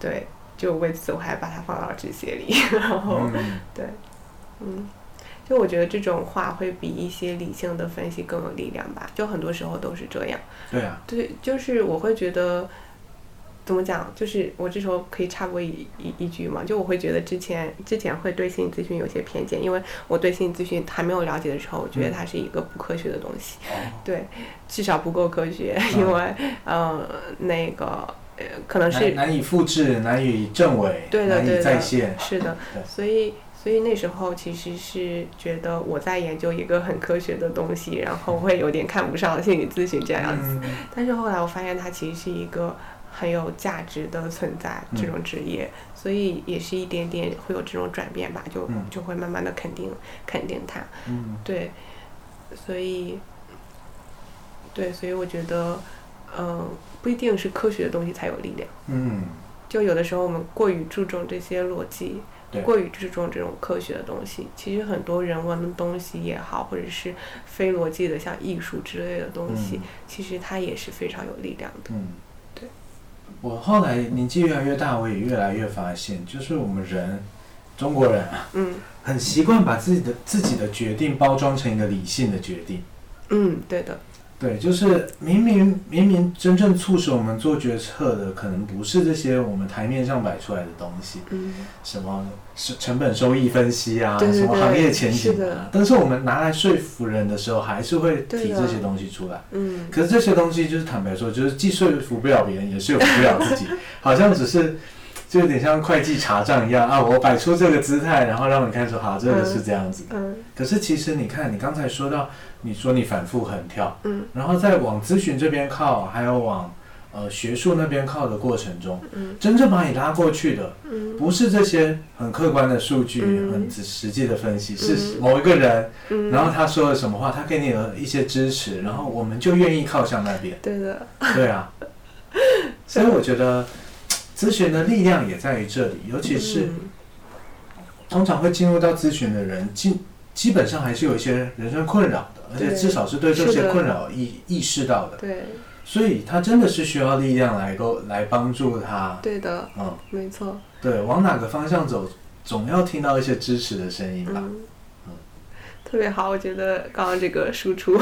[SPEAKER 2] 对，就为此我还把它放到了这些里， 然后、
[SPEAKER 1] 嗯
[SPEAKER 2] 对，嗯，就我觉得这种话会比一些理性的分析更有力量吧，就很多时候都是这样。
[SPEAKER 1] 对啊，
[SPEAKER 2] 对，就是我会觉得。怎么讲？就是我这时候可以插播一一一句嘛，就我会觉得之前之前会对心理咨询有些偏见，因为我对心理咨询还没有了解的时候，我觉得
[SPEAKER 1] 嗯
[SPEAKER 2] 它是一个不科学的东西。
[SPEAKER 1] 哦，
[SPEAKER 2] 对，至少不够科学， 因为嗯、呃那个呃，可能
[SPEAKER 1] 难
[SPEAKER 2] 是
[SPEAKER 1] 难以复制，难以证伪，
[SPEAKER 2] 对的
[SPEAKER 1] 难
[SPEAKER 2] 对
[SPEAKER 1] 以
[SPEAKER 2] 的
[SPEAKER 1] 再现。
[SPEAKER 2] 是的
[SPEAKER 1] 对，
[SPEAKER 2] 所以所以那时候其实是觉得我在研究一个很科学的东西，然后会有点看不上心理咨询这样子。
[SPEAKER 1] 嗯，
[SPEAKER 2] 但是后来我发现它其实是一个很有价值的存在，
[SPEAKER 1] 嗯
[SPEAKER 2] 这种职业，所以也是一点点会有这种转变吧，就
[SPEAKER 1] 嗯
[SPEAKER 2] 就会慢慢的肯定肯定它。
[SPEAKER 1] 嗯，
[SPEAKER 2] 对，所以，对，所以我觉得，嗯、不一定是科学的东西才有力量。
[SPEAKER 1] 嗯，
[SPEAKER 2] 就有的时候我们过于注重这些逻辑
[SPEAKER 1] 对，
[SPEAKER 2] 过于注重这种科学的东西，其实很多人文的东西也好，或者是非逻辑的像艺术之类的东西，
[SPEAKER 1] 嗯
[SPEAKER 2] 其实它也是非常有力量的。
[SPEAKER 1] 嗯，
[SPEAKER 2] 对。
[SPEAKER 1] 我后来年纪越来越大，我也越来越发现，就是我们人，中国人啊，
[SPEAKER 2] 嗯
[SPEAKER 1] 很习惯把自己的自己的决定包装成一个理性的决定。
[SPEAKER 2] 嗯，对的，
[SPEAKER 1] 对，就是明明明明真正促使我们做决策的，可能不是这些我们台面上摆出来的东西，
[SPEAKER 2] 嗯
[SPEAKER 1] 什么是成本收益分析啊，
[SPEAKER 2] 对对
[SPEAKER 1] 什么行
[SPEAKER 2] 对
[SPEAKER 1] 业前景
[SPEAKER 2] 是
[SPEAKER 1] 啊
[SPEAKER 2] 的，
[SPEAKER 1] 但是我们拿来说服人的时候，还是会提
[SPEAKER 2] 对啊的
[SPEAKER 1] 这些东西出来。
[SPEAKER 2] 嗯，
[SPEAKER 1] 可是这些东西就是坦白说，就是既说服不了别人，也说服不了自 己，好像只是就有点像会计查账一样啊，我摆出这个姿态，然后让你看说好，这个是这样子。
[SPEAKER 2] 嗯
[SPEAKER 1] 可是其实你看，你刚才说到，你说你反复横跳，
[SPEAKER 2] 嗯，
[SPEAKER 1] 然后再往咨询这边靠，还有往呃学术那边靠的过程中，
[SPEAKER 2] 嗯
[SPEAKER 1] 真正把你拉过去的，
[SPEAKER 2] 嗯
[SPEAKER 1] 不是这些很客观的数据、
[SPEAKER 2] 嗯
[SPEAKER 1] 很实实际的分析，是某一个人，
[SPEAKER 2] 嗯，。
[SPEAKER 1] 然后他说了什么话，他给你了一些支持，然后我们就愿意靠向那边
[SPEAKER 2] 对的，
[SPEAKER 1] 对啊，所以我觉得咨询的力量也在于这里，尤其是
[SPEAKER 2] 嗯
[SPEAKER 1] 通常会进入到咨询的人，基基本上还是有一些人生困扰的，而且
[SPEAKER 2] 对
[SPEAKER 1] 至少是对这
[SPEAKER 2] 是
[SPEAKER 1] 些
[SPEAKER 2] 的
[SPEAKER 1] 困扰意意识到的，
[SPEAKER 2] 对
[SPEAKER 1] 所以他真的是需要力量来够来帮助他。
[SPEAKER 2] 对的，
[SPEAKER 1] 嗯，
[SPEAKER 2] 没错。
[SPEAKER 1] 对，往哪个方向走，总要听到一些支持的声音吧。
[SPEAKER 2] 嗯
[SPEAKER 1] 嗯，
[SPEAKER 2] 特别好，我觉得刚刚这个输出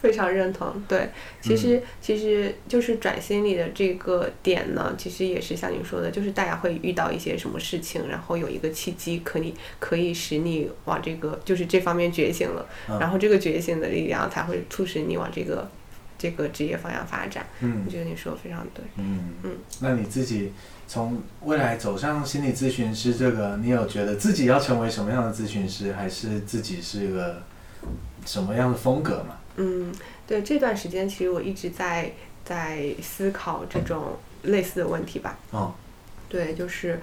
[SPEAKER 2] 非常认同。对，其实、其实就是转心理的这个点呢，其实也是像你说的，就是大家会遇到一些什么事情，然后有一个契机，可你可以使你往这个就是这方面觉醒了，
[SPEAKER 1] 嗯
[SPEAKER 2] 然后这个觉醒的力量才会促使你往这个这个职业方向发展。
[SPEAKER 1] 嗯
[SPEAKER 2] 我觉得你说的非常对。
[SPEAKER 1] 嗯
[SPEAKER 2] 嗯
[SPEAKER 1] 那你自己从未来走上心理咨询师这个，你有觉得自己要成为什么样的咨询师，还是自己是个什么样的风格嘛？
[SPEAKER 2] 嗯，对，这段时间其实我一直在在思考这种类似的问题吧。
[SPEAKER 1] 哦，
[SPEAKER 2] 对，就是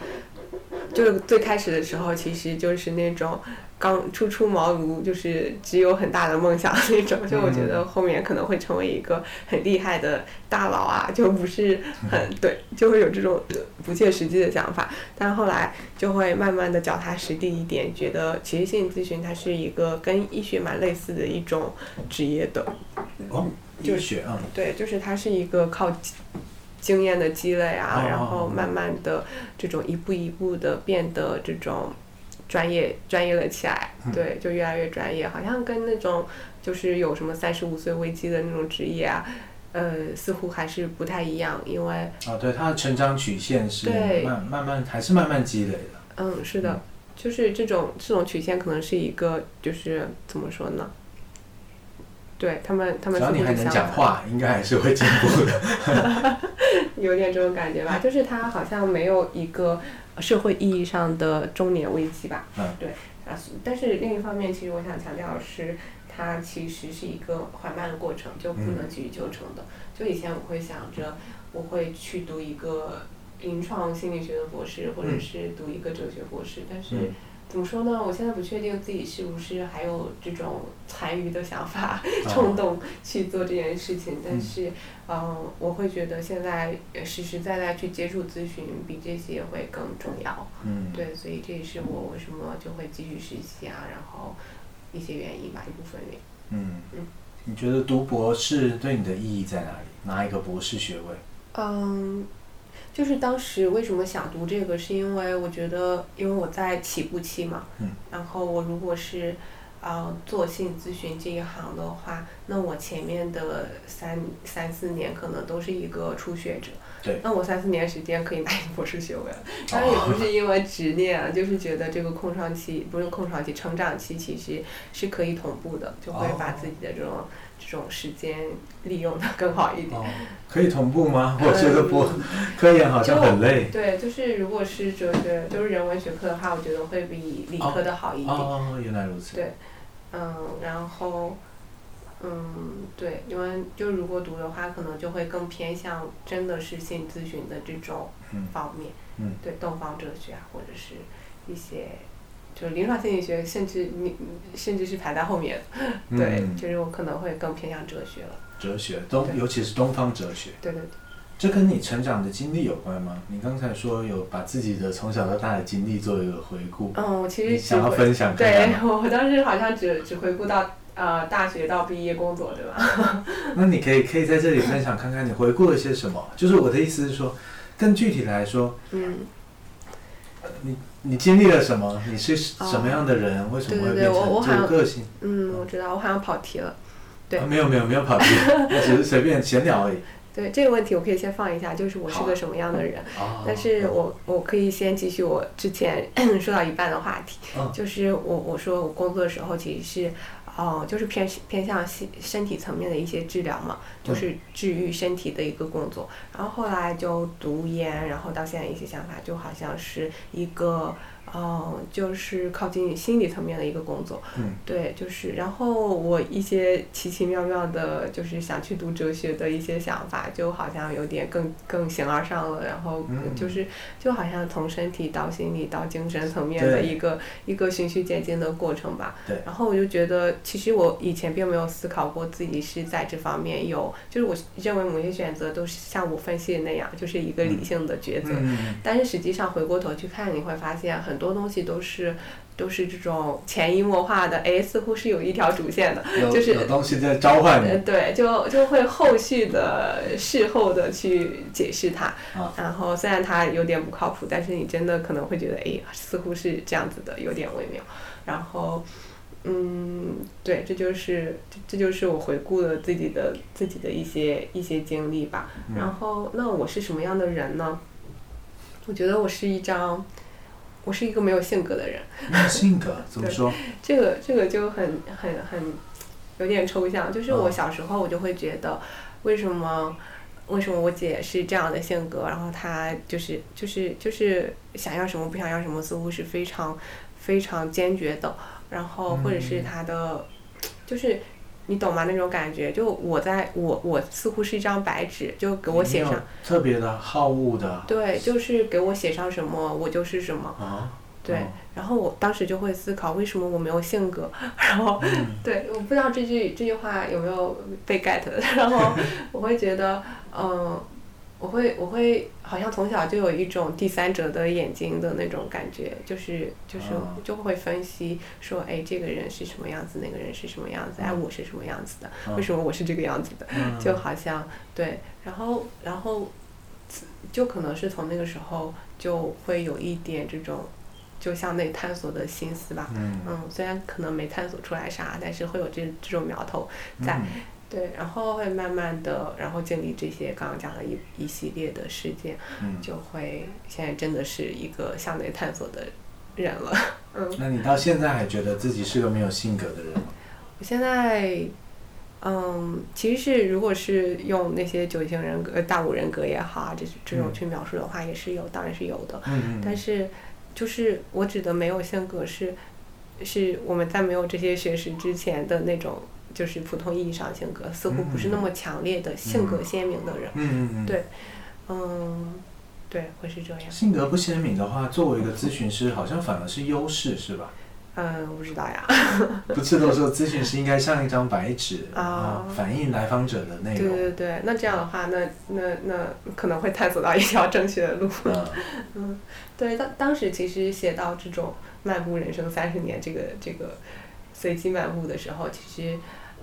[SPEAKER 2] 就是最开始的时候，其实就是那种刚初出茅庐，就是只有很大的梦想那种。就我觉得后面可能会成为一个很厉害的大佬啊，就不是很对，就会有这种不切实际的想法。但后来就会慢慢的脚踏实地一点，觉得其实心理咨询它是一个跟医学蛮类似的一种职业的。
[SPEAKER 1] 哦，
[SPEAKER 2] 就
[SPEAKER 1] 医学啊，
[SPEAKER 2] 对，就是它是一个靠经经验的积累啊，
[SPEAKER 1] 哦
[SPEAKER 2] 然后慢慢的这种一步一步的变得这种专业专业了起来，
[SPEAKER 1] 嗯
[SPEAKER 2] 对，就越来越专业，好像跟那种就是有什么三十五岁危机的那种职业啊，呃，似乎还是不太一样，因为
[SPEAKER 1] 啊，对，它的成长曲线是
[SPEAKER 2] 对
[SPEAKER 1] 慢慢慢还是慢慢积累的。
[SPEAKER 2] 嗯，是的，就是这种这种曲线可能是一个就是怎么说呢？对他们，他们
[SPEAKER 1] 只
[SPEAKER 2] 似
[SPEAKER 1] 要
[SPEAKER 2] 乎
[SPEAKER 1] 你还
[SPEAKER 2] 就
[SPEAKER 1] 能
[SPEAKER 2] 相
[SPEAKER 1] 讲
[SPEAKER 2] 反
[SPEAKER 1] 话，应该还是会进步 的。嗯
[SPEAKER 2] 有点这种感觉吧，就是他好像没有一个社会意义上的中年危机吧。
[SPEAKER 1] 嗯
[SPEAKER 2] 对啊，但是另一方面，其实我想强调的是，它其实是一个缓慢的过程，就
[SPEAKER 1] 嗯
[SPEAKER 2] 不能急于求成的。就以前我会想着我会去读一个临床心理学的博士，或者是读一个哲学博士，但是
[SPEAKER 1] 嗯。
[SPEAKER 2] 怎么说呢？我现在不确定自己是不是还有这种残余的想法，
[SPEAKER 1] 哦
[SPEAKER 2] 冲动去做这件事情，但
[SPEAKER 1] 嗯
[SPEAKER 2] 是，嗯，我会觉得现在呃实实在在去接触咨询比这些会更重要。
[SPEAKER 1] 嗯，
[SPEAKER 2] 对，所以这也是我为什么就会继续实习啊，然后一些原因吧，一部分原因。
[SPEAKER 1] 嗯
[SPEAKER 2] 嗯，
[SPEAKER 1] 你觉得读博士对你的意义在哪里？拿一个博士学位？
[SPEAKER 2] 嗯，就是当时为什么想读这个，是因为我觉得，因为我在起步期嘛，
[SPEAKER 1] 嗯，
[SPEAKER 2] 然后我如果是呃做心理咨询这一行的话，那我前面的三三四年可能都是一个初学者，
[SPEAKER 1] 对哦
[SPEAKER 2] 那我三四年时间可以拿一个博士学 位了，当然也不是因为执念啊，就是觉得这个空窗期不是空窗期，成长期其实是可以同步的，就会把
[SPEAKER 1] 哦
[SPEAKER 2] 自己的这种、这种时间利用的更好一点。
[SPEAKER 1] 哦，可以同步吗？我觉得博科研啊好像很累。
[SPEAKER 2] 对，就是如果是哲学，就是人文学科的话，我觉得会比理科的好一点。
[SPEAKER 1] 哦，原来如此。
[SPEAKER 2] 对嗯，然后，嗯，对，因为就如果读的话，可能就会更偏向真的是心理咨询的这种
[SPEAKER 1] 嗯
[SPEAKER 2] 方面，
[SPEAKER 1] 嗯
[SPEAKER 2] 对，东方哲学啊，或者是一些。就是临床心理学，甚至你甚至是排在后面，
[SPEAKER 1] 嗯
[SPEAKER 2] 对，就是我可能会更偏向哲学了，
[SPEAKER 1] 哲学东，
[SPEAKER 2] 对
[SPEAKER 1] 尤其是东方哲学，
[SPEAKER 2] 对对对。
[SPEAKER 1] 这跟你成长的经历有关吗？你刚才说有把自己的从小到大的经历做一个回顾，
[SPEAKER 2] 嗯，我其
[SPEAKER 1] 你
[SPEAKER 2] 实
[SPEAKER 1] 想
[SPEAKER 2] 只
[SPEAKER 1] 要
[SPEAKER 2] 回
[SPEAKER 1] 分享看看
[SPEAKER 2] 对
[SPEAKER 1] 吗？
[SPEAKER 2] 我当时好像只只回顾到呃大学到毕业工作，对吧？
[SPEAKER 1] 那你可以可以在这里分享看看你回顾了些什么？就是我的意思是说，更具体来说，
[SPEAKER 2] 嗯，
[SPEAKER 1] 你经历了什么？你是什么样的人？为什么会
[SPEAKER 2] 哦对对
[SPEAKER 1] 变
[SPEAKER 2] 对我我
[SPEAKER 1] 成
[SPEAKER 2] 好
[SPEAKER 1] 这个
[SPEAKER 2] 像
[SPEAKER 1] 个性？
[SPEAKER 2] 嗯，我知道，我好像跑题了。对
[SPEAKER 1] 啊没有没有没有 跑题，我只是随便闲聊而已。
[SPEAKER 2] 对这个问题，我可以先放一下，就是我是
[SPEAKER 1] 好啊
[SPEAKER 2] 个什么样的人。
[SPEAKER 1] 哦
[SPEAKER 2] 但是我我可以先继续我之前 说到一半的话题，
[SPEAKER 1] 嗯
[SPEAKER 2] 就是我我说我工作的时候其实是，哦、就是偏偏向身身体层面的一些治疗嘛，
[SPEAKER 1] 嗯
[SPEAKER 2] 就是治愈身体的一个工作。然后后来就读研，然后到现在一些想法，就好像是一个，嗯，就是靠近心理层面的一个工作。
[SPEAKER 1] 嗯，
[SPEAKER 2] 对，就是，然后我一些奇奇妙妙的，就是想去读哲学的一些想法，就好像有点更更形而上了，然后
[SPEAKER 1] 嗯
[SPEAKER 2] 就是、就好像从身体到心理到精神层面的
[SPEAKER 1] 对
[SPEAKER 2] 一个一个循序渐进的过程吧。
[SPEAKER 1] 对
[SPEAKER 2] 然后我就觉得，其实我以前并没有思考过自己是在这方面有，就是我认为某些选择都是像我分析的那样，就是一个理性的抉择。
[SPEAKER 1] 嗯，
[SPEAKER 2] 但是实际上回过头去看，你会发现很多东西都是都是这种潜移默化的，哎，似乎是有一条主线的，
[SPEAKER 1] 有
[SPEAKER 2] 就是
[SPEAKER 1] 嗯有东西在召唤
[SPEAKER 2] 呃，
[SPEAKER 1] 你，
[SPEAKER 2] 对，就就会后续的事后的去解释它。
[SPEAKER 1] 啊
[SPEAKER 2] 然后虽然它有点不靠谱，但是你真的可能会觉得，哎，似乎是这样子的，有点微妙。然后，嗯，对，这就是这这就是我回顾了自己的自己的一些一些经历吧。
[SPEAKER 1] 嗯
[SPEAKER 2] 然后，那我是什么样的人呢？我觉得我是一张，我是一个没有性格的人。
[SPEAKER 1] 性格怎么
[SPEAKER 2] 对
[SPEAKER 1] 说？
[SPEAKER 2] 这个这个就很很很有点抽象。就是我
[SPEAKER 1] 嗯
[SPEAKER 2] 小时候我就会觉得，为什么为什么我姐是这样的性格，然后她就是就是就是想要什么不想要什么，似乎是非常非常坚决的，然后或者是
[SPEAKER 1] 嗯
[SPEAKER 2] 她的、就是。你懂吗？那种感觉，就我在我我似乎是一张白纸，就给我写
[SPEAKER 1] 你没有
[SPEAKER 2] 上，
[SPEAKER 1] 特别的好恶的
[SPEAKER 2] 对，就是给我写上什么，我就是什么。
[SPEAKER 1] 啊，
[SPEAKER 2] 对
[SPEAKER 1] 哦，
[SPEAKER 2] 然后我当时就会思考，为什么我没有性格？ 然后，对，我不知道这句这句话有没有被 get，然 后我会觉得，嗯、我会我会好像从小就有一种第三者的眼睛的那种感觉，就是就是
[SPEAKER 1] 啊
[SPEAKER 2] 就会分析说，哎，这个人是什么样子，那个人是什么样子，哎，我是什么样子的，为什么我是这个样子的？
[SPEAKER 1] 哦嗯
[SPEAKER 2] 就好像对，然后然后就可能是从那个时候就会有一点这种就向内探索的心思吧。
[SPEAKER 1] 嗯
[SPEAKER 2] 嗯，虽然可能没探索出来啥，但是会有这这种苗头
[SPEAKER 1] 嗯
[SPEAKER 2] 在。对，然后会慢慢的，然后经历这些刚刚讲的一一系列的事件，
[SPEAKER 1] 嗯
[SPEAKER 2] 就会现在真的是一个向内探索的人了。嗯，
[SPEAKER 1] 那你到现在还觉得自己是个没有性格的人吗？
[SPEAKER 2] 我现在，嗯，其实是如果是用那些九型人格、呃大五人格也好啊，这这种
[SPEAKER 1] 嗯
[SPEAKER 2] 去描述的话，也是有，当然是有的。
[SPEAKER 1] 嗯
[SPEAKER 2] 但是，就是我指的没有性格是，是我们在没有这些学识之前的那种，就是普通意义上性格，似乎不是那么强烈的性格鲜明的人。
[SPEAKER 1] 嗯嗯嗯，
[SPEAKER 2] 对嗯，对，会是这样。
[SPEAKER 1] 性格不鲜明的话，作为一个咨询师，好像反而是优势，是吧？
[SPEAKER 2] 嗯，不知道呀。
[SPEAKER 1] 不是都说咨询师应该像一张白纸
[SPEAKER 2] 啊
[SPEAKER 1] 啊，反映来访者的内
[SPEAKER 2] 对
[SPEAKER 1] 容。
[SPEAKER 2] 对对，那这样的话，那那那可能会探索到一条正确的路。
[SPEAKER 1] 嗯
[SPEAKER 2] 对，当当时其实写到这种漫步人生三十年这个这个随机漫步的时候，其实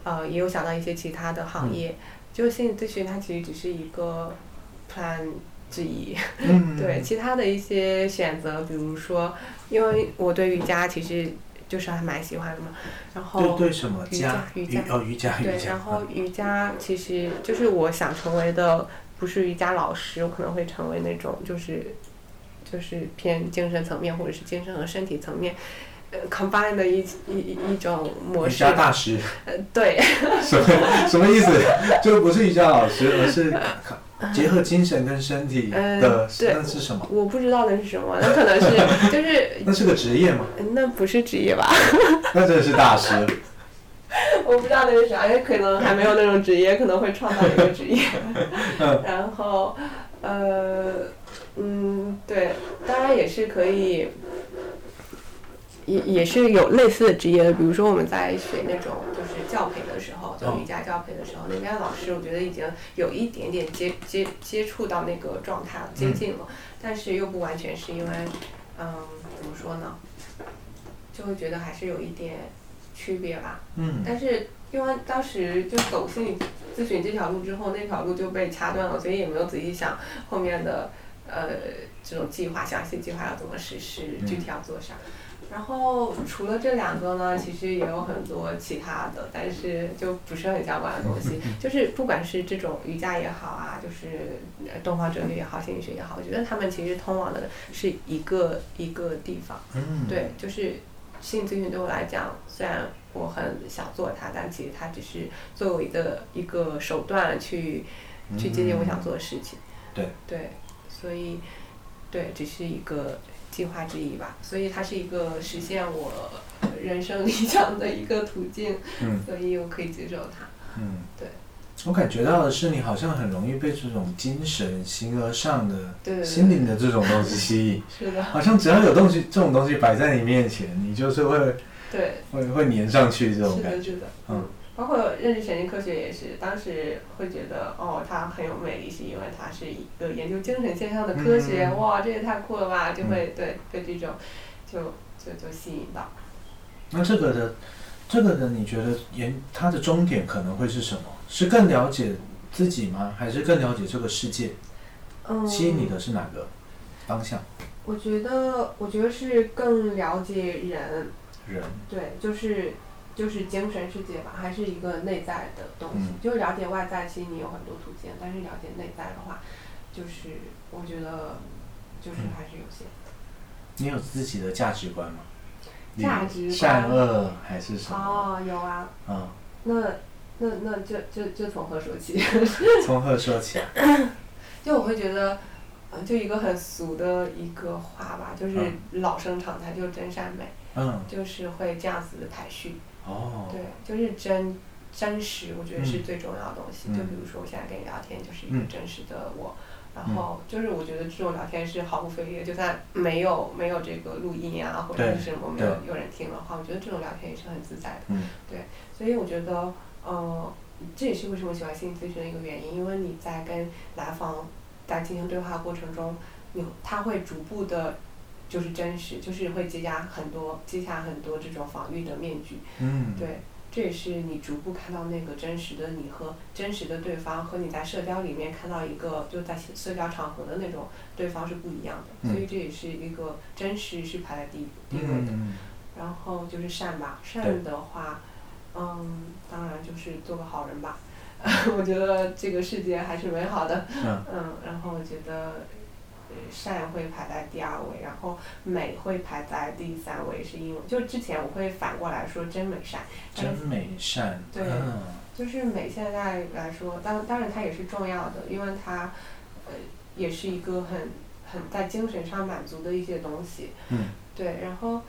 [SPEAKER 2] 呃也有想到一些其他的
[SPEAKER 1] 嗯
[SPEAKER 2] 行业，就心理咨询它其实只是一个 plan 之一，
[SPEAKER 1] 嗯，
[SPEAKER 2] 对其他的一些选择，比如说，因为我对瑜伽其实就是还蛮喜欢的嘛，然后
[SPEAKER 1] 对对什么
[SPEAKER 2] 瑜伽
[SPEAKER 1] 瑜
[SPEAKER 2] 瑜伽
[SPEAKER 1] 哦瑜伽
[SPEAKER 2] 对
[SPEAKER 1] 瑜，伽，
[SPEAKER 2] 然后瑜伽其实就是我想成为的，不是瑜伽老师，我可能会成为那种就是就是偏精神层面或者是精神和身体层面。呃，combine 的一一一一种模
[SPEAKER 1] 瑜
[SPEAKER 2] 式
[SPEAKER 1] 伽，大师
[SPEAKER 2] 呃，对，
[SPEAKER 1] 什么什么意思？ 就不是瑜伽老师，而是 结合精神跟身体的
[SPEAKER 2] 嗯，对
[SPEAKER 1] 那是什么？
[SPEAKER 2] 我不知道那是什么，那可 能是就是
[SPEAKER 1] 那是个职业吗？
[SPEAKER 2] 那不是职业吧？
[SPEAKER 1] 那真的是大师。
[SPEAKER 2] 我不知道那是啥，也可能还没有那种职业，可能会创造一个职业。
[SPEAKER 1] 嗯
[SPEAKER 2] 然后，呃，嗯，对，当然也是可以，也也是有类似的职业的，比如说我们在学那种就是教培的时候，就瑜伽教培的时候，那边老师我觉得已经有一点点接接接触到那个状态了，接近了，但是又不完全是因为，嗯，怎么说呢，就会觉得还是有一点区别吧。
[SPEAKER 1] 嗯
[SPEAKER 2] 但是因为当时就走心理咨询这条路之后，那条路就被掐断了，所以也没有仔细想后面的呃这种计划、详细计划要怎么实施，
[SPEAKER 1] 嗯
[SPEAKER 2] 具体要做啥。然后除了这两个呢，其实也有很多其他的，但是就不是很相关的东 西。就是不管是这种瑜伽也好啊，就是呃东方哲学也好，心理学也好，我觉得他们其实通往的是一个一个地方。
[SPEAKER 1] 嗯，
[SPEAKER 2] 对，就是心理咨询对我来讲，虽然我很想做它，但其实它只是作为我的一个手段去去接近我想做的事情。
[SPEAKER 1] 对
[SPEAKER 2] 对，所以对，只是一个计划之一吧。所以它是一个实现我呃人生理想的一个途径，
[SPEAKER 1] 嗯
[SPEAKER 2] 所以我可以接受它。
[SPEAKER 1] 嗯，
[SPEAKER 2] 对。
[SPEAKER 1] 我感觉到的是，你好像很容易被这种精神、形而上的、
[SPEAKER 2] 对对对
[SPEAKER 1] 心灵的这种东西吸 引，
[SPEAKER 2] 是的，
[SPEAKER 1] 好像只要有东西，这种东西摆在你面前，你就是会
[SPEAKER 2] 对。
[SPEAKER 1] 会会粘上去这种
[SPEAKER 2] 是
[SPEAKER 1] 感觉。
[SPEAKER 2] 的，是的，
[SPEAKER 1] 嗯
[SPEAKER 2] 嗯，包括认知神经科学也是，当时会觉得哦，它很有魅力，是因为它是一个研究精神现象的科学，
[SPEAKER 1] 嗯
[SPEAKER 2] 哇，这也太酷了吧，就会、对被这种就就就吸引到。
[SPEAKER 1] 那这个的，这个的，你觉得研它的终点可能会是什么？是更了解自己吗？还是更了解这个世界？
[SPEAKER 2] 嗯
[SPEAKER 1] 吸引你的是哪个方向？
[SPEAKER 2] 我觉得，我觉得是更了解人，
[SPEAKER 1] 人？
[SPEAKER 2] 对，就是就是精神世界吧，还是一个内在的东西。
[SPEAKER 1] 嗯
[SPEAKER 2] 就了解外在，其实你有很多途径，但是了解内在的话，就是我觉得就是
[SPEAKER 1] 嗯
[SPEAKER 2] 还是有限。
[SPEAKER 1] 你有自己的价值观吗？你
[SPEAKER 2] 价值观
[SPEAKER 1] 善恶还是什么？
[SPEAKER 2] 哦，有啊，
[SPEAKER 1] 嗯，
[SPEAKER 2] 那那那这这这从何说起？
[SPEAKER 1] 从何说起啊？
[SPEAKER 2] 就我会觉得，呃，就一个很俗的一个话吧，就是老生常谈，就是真善美，
[SPEAKER 1] 嗯，
[SPEAKER 2] 就是会这样子的排序。
[SPEAKER 1] 哦，
[SPEAKER 2] 对，就是真真实，我觉得是最重要的东西。
[SPEAKER 1] 嗯
[SPEAKER 2] 就比如说我现在跟你聊天，就是一个
[SPEAKER 1] 嗯
[SPEAKER 2] 真实的我。然后就是我觉得这种聊天是毫不费力的，就算没有没有这个录音呀、或者
[SPEAKER 1] 对
[SPEAKER 2] 是什么没有有人听的话，我觉得这种聊天也是很自在的。
[SPEAKER 1] 嗯
[SPEAKER 2] 对，所以我觉得，呃，这也是为什么喜欢心理咨询的一个原因，因为你在跟来访在进行对话过程中，你他会逐步的。就是真实，就是会揭下很多揭下很多这种防御的面具，
[SPEAKER 1] 嗯，
[SPEAKER 2] 对，这也是你逐步看到那个真实的你和真实的对方，和你在社交里面看到一个就在社社交场合的那种对方是不一样的，所以这也是一个真实是排在第一第一位
[SPEAKER 1] 嗯
[SPEAKER 2] 的。
[SPEAKER 1] 嗯，
[SPEAKER 2] 然后就是善吧，
[SPEAKER 1] 对
[SPEAKER 2] 善的话，嗯，当然就是做个好人吧。 我觉得这个世界还是美好的，
[SPEAKER 1] 嗯
[SPEAKER 2] 嗯，然后我觉得呃善会排在第二位，然后美会排在第三位，是因为就之前我会反过来说真美善，但
[SPEAKER 1] 真
[SPEAKER 2] 是
[SPEAKER 1] 美善，
[SPEAKER 2] 对
[SPEAKER 1] 嗯
[SPEAKER 2] 就是美现在来说，当当然它也是重要的，因为它呃也是一个很很在精神上满足的一些东西。
[SPEAKER 1] 嗯。
[SPEAKER 2] 对，然后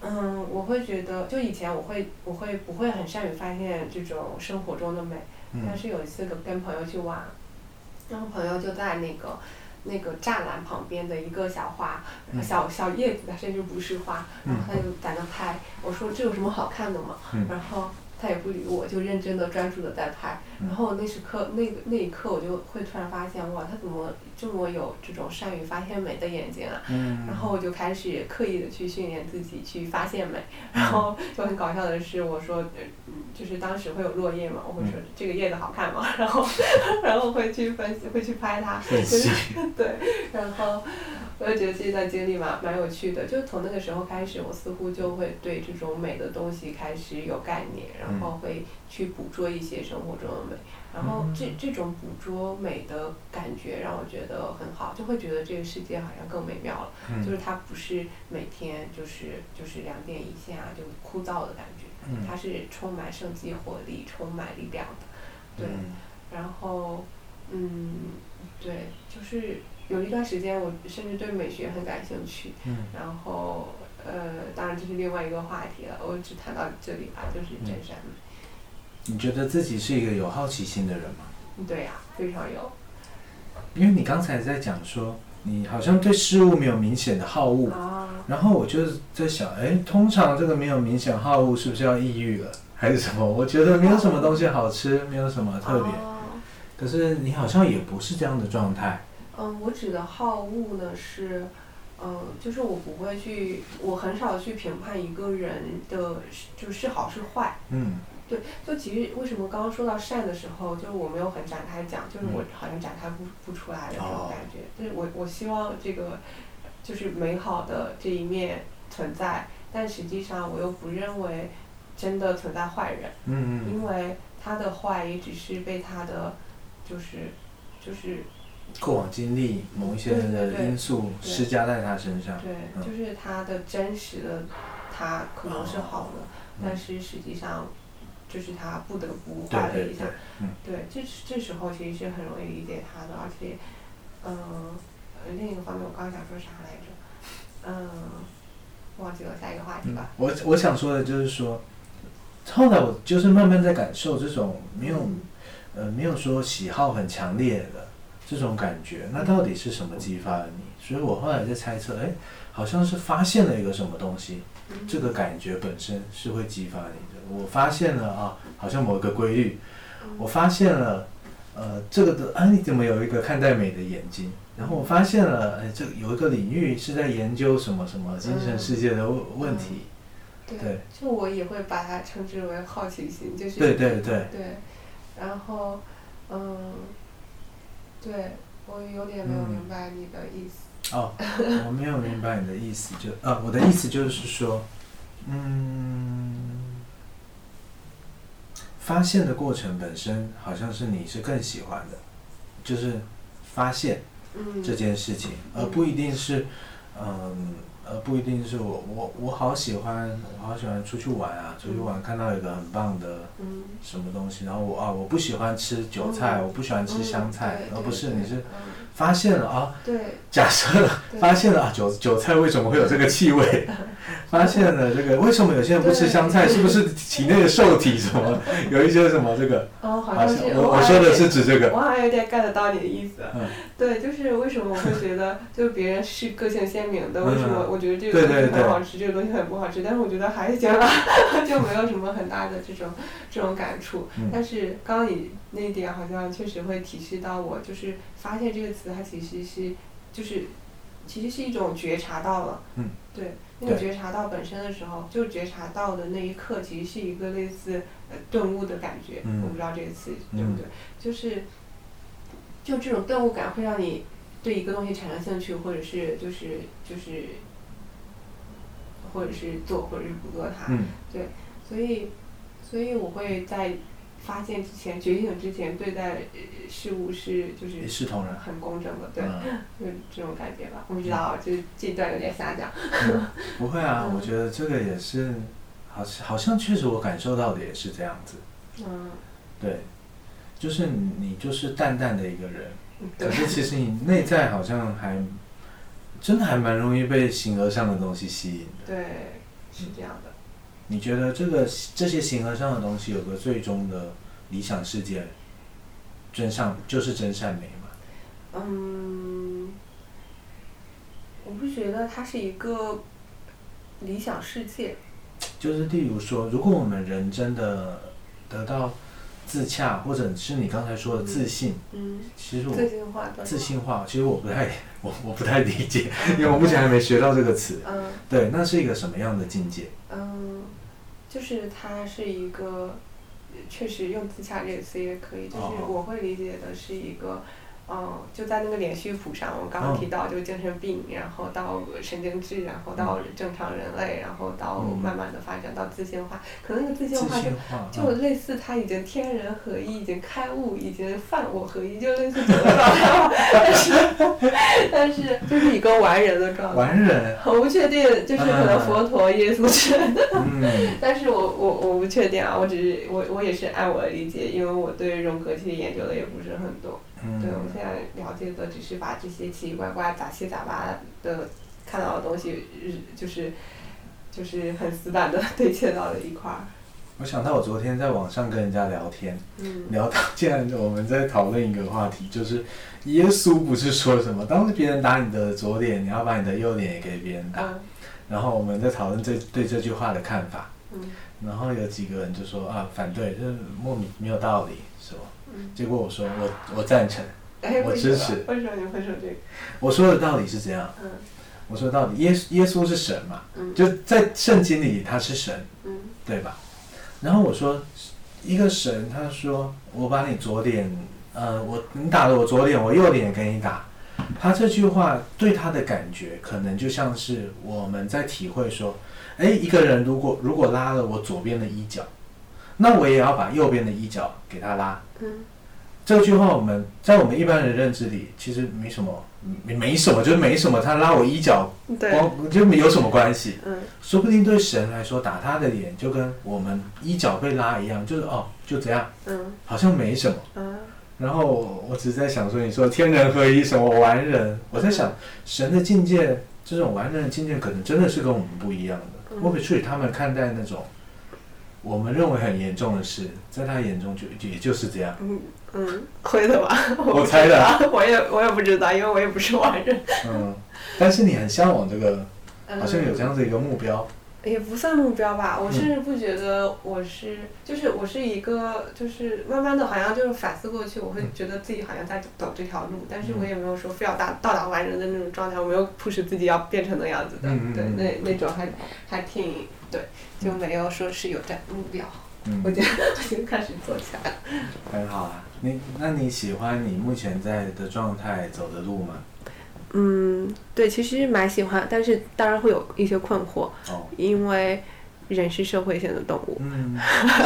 [SPEAKER 2] 嗯，我会觉得，就以前我会我会不会很善于发现这种生活中的美，但
[SPEAKER 1] 嗯
[SPEAKER 2] 是有一次跟跟朋友去玩，然后朋友就在那个那个栅栏旁边的一个小花，
[SPEAKER 1] 嗯
[SPEAKER 2] 小小叶子，它甚至不是花，然后他就在那拍。我说这有什么好看的嘛？
[SPEAKER 1] 嗯
[SPEAKER 2] 然后他也不理我，就认真的专注的在拍。
[SPEAKER 1] 嗯
[SPEAKER 2] 然后那时刻那个那一刻，我就会突然发现，哇，他怎么这么有这种善于发现美的眼睛啊？
[SPEAKER 1] 嗯，
[SPEAKER 2] 然后我就开始刻意的去训练自己去发现美，
[SPEAKER 1] 嗯
[SPEAKER 2] 然后就很搞笑的是，我说，呃嗯就是当时会有落叶嘛，我会
[SPEAKER 1] 嗯
[SPEAKER 2] 说这个叶子好看嘛， 然后然后会去分析，会去拍它，
[SPEAKER 1] 分析，
[SPEAKER 2] 对，然后我就觉得这段经历蛮蛮有趣的，就从那个时候开始，我似乎就会对这种美的东西开始有概念，
[SPEAKER 1] 嗯
[SPEAKER 2] 然后会去捕捉一些生活中的美，然后
[SPEAKER 1] 嗯
[SPEAKER 2] 这这种捕捉美的感觉让我觉得很好，就会觉得这个世界好像更美妙了。
[SPEAKER 1] 嗯
[SPEAKER 2] 就是它不是每天就是就是两点一线啊，就枯燥的感觉，
[SPEAKER 1] 嗯
[SPEAKER 2] 它是充满生机活力、充满力量的。对，
[SPEAKER 1] 嗯
[SPEAKER 2] 然后嗯，对，就是有一段时间我甚至对美学很感兴趣，
[SPEAKER 1] 嗯
[SPEAKER 2] 然后呃，当然这是另外一个话题了，我只谈到这里吧，就是
[SPEAKER 1] 嗯
[SPEAKER 2] 真善美。
[SPEAKER 1] 你觉得自己是一个有好奇心的人吗？
[SPEAKER 2] 对呀、非常有。
[SPEAKER 1] 因为你刚才在讲说，你好像对事物没有明显的好恶，
[SPEAKER 2] 啊，
[SPEAKER 1] 然后我就在想，哎，通常这个没有明显好恶是不是要抑郁了，还是什么？我觉得没有什么东西好吃，没有什么特别。
[SPEAKER 2] 哦
[SPEAKER 1] 可是你好像也不是这样的状态，
[SPEAKER 2] 嗯，我指的好恶呢是，嗯，就是我不会去，我很少去评判一个人的是就是好是坏。
[SPEAKER 1] 嗯
[SPEAKER 2] 对，就其实为什么刚刚说到善的时候，就是我没有很展开讲，就是我好像展开不不出来的那种
[SPEAKER 1] 嗯哦
[SPEAKER 2] 感觉。就是我我希望这个就是美好的这一面存在，但实际上我又不认为真的存在坏人。
[SPEAKER 1] 嗯嗯，
[SPEAKER 2] 因为他的坏也只是被他的就是就是
[SPEAKER 1] 过往经历某一些人
[SPEAKER 2] 对对
[SPEAKER 1] 的
[SPEAKER 2] 对
[SPEAKER 1] 因素
[SPEAKER 2] 对
[SPEAKER 1] 施加在他身上，
[SPEAKER 2] 对，
[SPEAKER 1] 嗯
[SPEAKER 2] 就是他的真实的他可能是好的，
[SPEAKER 1] 嗯
[SPEAKER 2] 但是实际上就是他不得不
[SPEAKER 1] 对
[SPEAKER 2] 坏了
[SPEAKER 1] 对
[SPEAKER 2] 一下
[SPEAKER 1] 对。，嗯
[SPEAKER 2] 对，这时这时候其实是很容易理解他的，而且，嗯、呃另一个方面我刚刚想说啥来着？嗯、忘记了，下一个话题吧。
[SPEAKER 1] 嗯我我想说的就是说，后来我就是慢慢在感受这种没有、
[SPEAKER 2] 嗯
[SPEAKER 1] 呃没有说喜好很强烈的这种感觉，那到底是什么激发了你？所以我后来在猜测，哎，好像是发现了一个什么东西，
[SPEAKER 2] 嗯
[SPEAKER 1] 这个感觉本身是会激发你的。我发现了啊，好像某一个规律，我发现了。呃，这个的，哎、你怎么有一个看待美的眼睛？然后我发现了，哎，这有一个领域是在研究什么什么精神世界的问问题。对
[SPEAKER 2] 对，就我也会把它称之为好奇心，就是
[SPEAKER 1] 对对对，
[SPEAKER 2] 对，然后，嗯，对我有点没有
[SPEAKER 1] 嗯
[SPEAKER 2] 明白你的意思。
[SPEAKER 1] 哦，我没有明白你的意思，就呃，我的意思就是说，嗯，发现的过程本身好像是你是更喜欢的，就是发现
[SPEAKER 2] 嗯，
[SPEAKER 1] 这件事情，而不一定是，嗯，而不一定是我我我好喜欢，我好喜欢出去玩啊，出去玩看到一个很棒的
[SPEAKER 2] 嗯，
[SPEAKER 1] 什么东西，然后我啊我不喜欢吃韭菜，
[SPEAKER 2] 嗯
[SPEAKER 1] 我不喜欢吃香菜，
[SPEAKER 2] 嗯对
[SPEAKER 1] 而不是
[SPEAKER 2] 对
[SPEAKER 1] 你是
[SPEAKER 2] 嗯
[SPEAKER 1] 发现了啊。
[SPEAKER 2] 对
[SPEAKER 1] 假设
[SPEAKER 2] 对
[SPEAKER 1] 发现了啊，韭韭菜为什么会有这个气味？发现了这个为什么有些人不吃香菜？是不是体内的受体什 么有一些什么这个？
[SPEAKER 2] 哦，好
[SPEAKER 1] 好
[SPEAKER 2] 像
[SPEAKER 1] 像
[SPEAKER 2] 是
[SPEAKER 1] 我我
[SPEAKER 2] 好像
[SPEAKER 1] 说的
[SPEAKER 2] 有
[SPEAKER 1] 是指这个。
[SPEAKER 2] 我好像有点 get 到你的意思。
[SPEAKER 1] 嗯
[SPEAKER 2] 对，就是为什么我会觉得，就是别人是个性鲜明的，为什么
[SPEAKER 1] 嗯
[SPEAKER 2] 我觉得这
[SPEAKER 1] 对
[SPEAKER 2] 个东
[SPEAKER 1] 对
[SPEAKER 2] 西
[SPEAKER 1] 对
[SPEAKER 2] 很好吃，这个东西很不好吃，但是我觉得还行吧， 就没有什么很大的这种这种感触
[SPEAKER 1] 嗯。
[SPEAKER 2] 但是刚刚你那一点好像确实会提示到我，就是发现这个词它其实是就是其实是一种觉察到了。
[SPEAKER 1] 嗯，
[SPEAKER 2] 对。那种
[SPEAKER 1] 对
[SPEAKER 2] 觉察到本身的时候，就觉察到的那一刻，其实是一个类似呃顿悟的感觉。
[SPEAKER 1] 嗯
[SPEAKER 2] 我不知道这个词对不对，就是就这种顿悟感会让你对一个东西产生兴趣，或者是就是就是，或者是做，或者是不做它。
[SPEAKER 1] 嗯
[SPEAKER 2] 所以，所以我会在发现之前、觉醒之前，对待呃事物是就是
[SPEAKER 1] 一视同仁。
[SPEAKER 2] 很公正的，对，
[SPEAKER 1] 嗯，
[SPEAKER 2] 就是这种感觉吧。我不知道，就是这段有点瞎讲。
[SPEAKER 1] 不会啊，
[SPEAKER 2] 嗯
[SPEAKER 1] 我觉得这个也是，好像好像确实我感受到的也是这样子。
[SPEAKER 2] 嗯，
[SPEAKER 1] 对，就是你你就是淡淡的一个人，
[SPEAKER 2] 对
[SPEAKER 1] 可，是其实你内在好像还真的还蛮容易被形而上的东西吸引的。
[SPEAKER 2] 对，是这样的。
[SPEAKER 1] 你觉得这个这些形而上的东西有个最终的理想世界，真善就是真善美嘛？
[SPEAKER 2] 嗯，我不觉得它是一个理想世界。
[SPEAKER 1] 就是例如说，如果我们人真的得到自洽，或者是你刚才说的自信，
[SPEAKER 2] 嗯，
[SPEAKER 1] 其实
[SPEAKER 2] 自
[SPEAKER 1] 我
[SPEAKER 2] 信化的
[SPEAKER 1] 自。信化，其实我不太 我我不太理解， 因为我目前还没学到这个词。
[SPEAKER 2] 嗯
[SPEAKER 1] 对，那是一个什么样的境界？
[SPEAKER 2] 嗯，就是它是一个，确实用自洽这个词也可以，就是
[SPEAKER 1] 哦
[SPEAKER 2] 我会理解的是一个。嗯，就在那个连续谱上，我刚
[SPEAKER 1] 嗯
[SPEAKER 2] 刚提到，就精神病，然后到神经质，然后到正常人类，然后到
[SPEAKER 1] 嗯
[SPEAKER 2] 慢慢的发展到自信化，可能那个自
[SPEAKER 1] 自
[SPEAKER 2] 信化就
[SPEAKER 1] 信化，
[SPEAKER 2] 就类似他已经天人合一，已经开悟，已经犯我合一，就类似这种状态吧。 但是，但是 就是一个完啊人的状
[SPEAKER 1] 嗯
[SPEAKER 2] 态。
[SPEAKER 1] 完人，
[SPEAKER 2] 我不确定，就是可能
[SPEAKER 1] 嗯
[SPEAKER 2] 佛陀、耶稣之类的，
[SPEAKER 1] 嗯，
[SPEAKER 2] 但是我我我不确定啊，我只是我我也是按我的理解，因为我对荣格其实研究的也不是很多，
[SPEAKER 1] 嗯
[SPEAKER 2] 对我现在了解的只是把这些奇奇怪怪、杂七杂八的看到的东西，日就是就是很死板的 对切到了一块儿，
[SPEAKER 1] 我想到我昨天在网上跟人家聊天，
[SPEAKER 2] 嗯。
[SPEAKER 1] 聊到竟然我们在讨论一个话题，就是耶稣不是说什么，当别人打你的左脸，你要把你的右脸也给别人打。
[SPEAKER 2] 嗯
[SPEAKER 1] 然后我们在讨论这对这句话的看法，
[SPEAKER 2] 嗯
[SPEAKER 1] 然后有几个人就说啊反对，这莫名没有道理，是吧？
[SPEAKER 2] 嗯
[SPEAKER 1] 结果我说我我赞成，
[SPEAKER 2] 哎，
[SPEAKER 1] 我
[SPEAKER 2] 为
[SPEAKER 1] 支
[SPEAKER 2] 什么
[SPEAKER 1] 持
[SPEAKER 2] 为什么你会说这个？
[SPEAKER 1] 我说的道理是这样，
[SPEAKER 2] 嗯
[SPEAKER 1] 我说的道理，耶稣耶稣是神嘛，
[SPEAKER 2] 嗯
[SPEAKER 1] 就在圣经里他是神，
[SPEAKER 2] 嗯
[SPEAKER 1] 对吧？然后我说一个神，他说我把你左脸，呃，我你打了我左脸，我右脸也给你打。他这句话对他的感觉，可能就像是我们在体会说，哎，一个人如果如果拉了我左边的衣角，那我也要把右边的衣角给他拉。
[SPEAKER 2] 嗯
[SPEAKER 1] 这句话我们在我们一般人认知里，其实没什么，没没什么，就是没什么。他拉我衣角，
[SPEAKER 2] 嗯，对，
[SPEAKER 1] 光就没有什么关系。
[SPEAKER 2] 嗯
[SPEAKER 1] 说不定对神来说，打他的脸就跟我们衣角被拉一样，就是哦，就这样，
[SPEAKER 2] 嗯
[SPEAKER 1] 好像没什么。
[SPEAKER 2] 啊，
[SPEAKER 1] 然后我只是在想说，你说天人合一，什么完人？我在想，神的境界，这种完人的境界，可能真的是跟我们不一样的。
[SPEAKER 2] 嗯
[SPEAKER 1] 或许他们看待那种我们认为很严重的事，在他眼中就也就是这样。
[SPEAKER 2] 嗯嗯，会的吧？
[SPEAKER 1] 我猜的
[SPEAKER 2] 不知道，我也我也不知道，因为我也不是完人。
[SPEAKER 1] 嗯，但是你很向往这个，
[SPEAKER 2] 嗯
[SPEAKER 1] 好像有这样的一个目标。
[SPEAKER 2] 也不算目标吧，我
[SPEAKER 1] 嗯
[SPEAKER 2] 甚至不觉得我是，就是我是一个，就是慢慢的，好像就是反思过去，我会
[SPEAKER 1] 嗯
[SPEAKER 2] 觉得自己好像在走这条路，但是我也没有说非要达到达完人的那种状态，我没有迫使自己要变成那样子的，
[SPEAKER 1] 嗯嗯
[SPEAKER 2] 对
[SPEAKER 1] 嗯，
[SPEAKER 2] 那那种还还挺对，就没有说是有这样目标，
[SPEAKER 1] 嗯
[SPEAKER 2] 我觉得我已经开始做起来了，
[SPEAKER 1] 很好啊。你那你喜欢你目前在的状态走的路吗？
[SPEAKER 2] 嗯，对，其实蛮喜欢，但是当然会有一些困惑，
[SPEAKER 1] 哦。
[SPEAKER 2] 因为人是社会性的动物，
[SPEAKER 1] 嗯，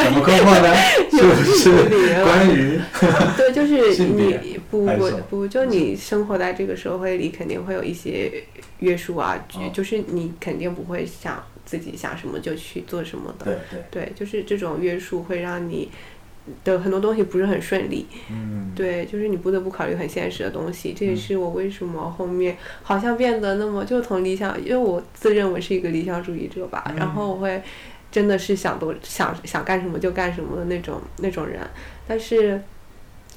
[SPEAKER 1] 什么困惑 呢？是不是
[SPEAKER 2] 理啊人
[SPEAKER 1] 关于
[SPEAKER 2] 对，就是
[SPEAKER 1] 性嗯别
[SPEAKER 2] 你不
[SPEAKER 1] 还是
[SPEAKER 2] 不
[SPEAKER 1] 什么
[SPEAKER 2] 不，就你生活在这个社会里，肯定会有一些约束啊，
[SPEAKER 1] 哦
[SPEAKER 2] 就是你肯定不会想自己想什么就去做什么的。
[SPEAKER 1] 对对，
[SPEAKER 2] 对，就是这种约束会让你的很多东西不是很顺利，
[SPEAKER 1] 嗯，
[SPEAKER 2] 对，就是你不得不考虑很现实的东西。这也是我为什么后面好像变得那么就从理想，因为我自认为是一个理想主义者吧，然
[SPEAKER 1] 嗯
[SPEAKER 2] 后我会真的是想多想想干什么就干什么的那种那种人，但是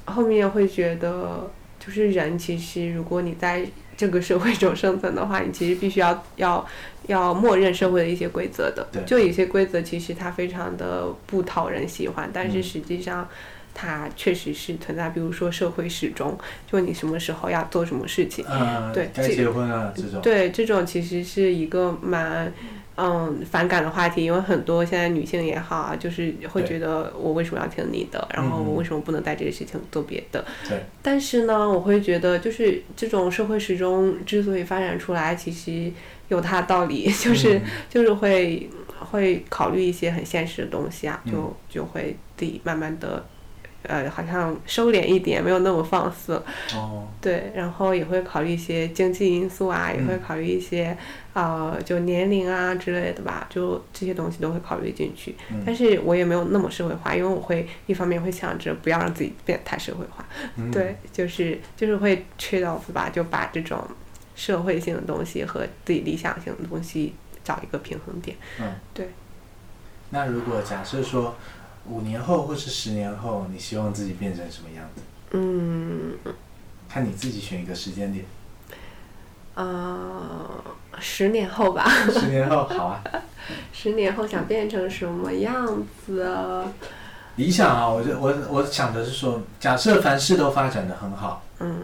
[SPEAKER 2] 后面会觉得，就是人其实如果你在这个社会中生存的话，你其实必须要要要默认社会的一些规则的
[SPEAKER 1] 对。
[SPEAKER 2] 就有些规则其实它非常的不讨人喜欢，但
[SPEAKER 1] 嗯
[SPEAKER 2] 是实际上它确实是存在。比如说社会时钟，就你什么时候要做什么事情，
[SPEAKER 1] 呃，
[SPEAKER 2] 对
[SPEAKER 1] 该
[SPEAKER 2] 这
[SPEAKER 1] 结婚了这种，嗯
[SPEAKER 2] 对，这种其实是一个蛮嗯反感的话题，因为很多现在女性也好啊，就是会
[SPEAKER 1] 对
[SPEAKER 2] 觉得我为什么要听你的，然后
[SPEAKER 1] 嗯嗯
[SPEAKER 2] 我为什么不能带这些事情做别的？
[SPEAKER 1] 对。
[SPEAKER 2] 但是呢，我会觉得就是这种社会时钟之所以发展出来，其实有它的道理， 就是、
[SPEAKER 1] 嗯
[SPEAKER 2] 就是会会考虑一些很现实的东西啊，
[SPEAKER 1] 嗯
[SPEAKER 2] 就就会自己慢慢的。呃，好像收敛一点，没有那么放肆了
[SPEAKER 1] 哦，
[SPEAKER 2] 对，然后也会考虑一些经济因素啊，也会
[SPEAKER 1] 嗯
[SPEAKER 2] 考虑一些，呃，就年龄啊之类的吧，就这些东西都会考虑进去。
[SPEAKER 1] 嗯
[SPEAKER 2] 但是我也没有那么社会化，因为我会一方面会想着不要让自己变得太社会化，
[SPEAKER 1] 嗯
[SPEAKER 2] 对，就是就是会 trade off 吧，就把这种社会性的东西和自己理想性的东西找一个平衡点。
[SPEAKER 1] 嗯那如果假设说五年后或是十年后，你希望自己变成什么样子？
[SPEAKER 2] 嗯，
[SPEAKER 1] 看你自己选一个时间点，
[SPEAKER 2] 呃，十年后吧。
[SPEAKER 1] 十年后好啊。
[SPEAKER 2] 十年后想变成什么样子啊？
[SPEAKER 1] 理想啊，我就我我想的是说，假设凡事都发展的很好，
[SPEAKER 2] 嗯，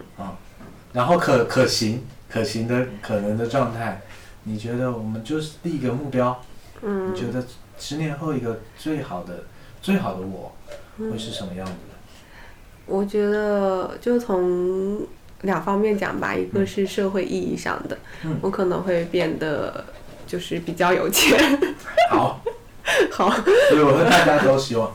[SPEAKER 1] 然后可可行、可行的可能的状态，你觉得我们就是第一个目标？
[SPEAKER 2] 嗯
[SPEAKER 1] 你觉得十年后一个最好的、最好的我会是什么样子的？
[SPEAKER 2] 我觉得就从两方面讲吧，一个是社会意义上的，
[SPEAKER 1] 嗯
[SPEAKER 2] 我可能会变得就是比较有钱，
[SPEAKER 1] 好，
[SPEAKER 2] 好，
[SPEAKER 1] 所以我和大家都希望，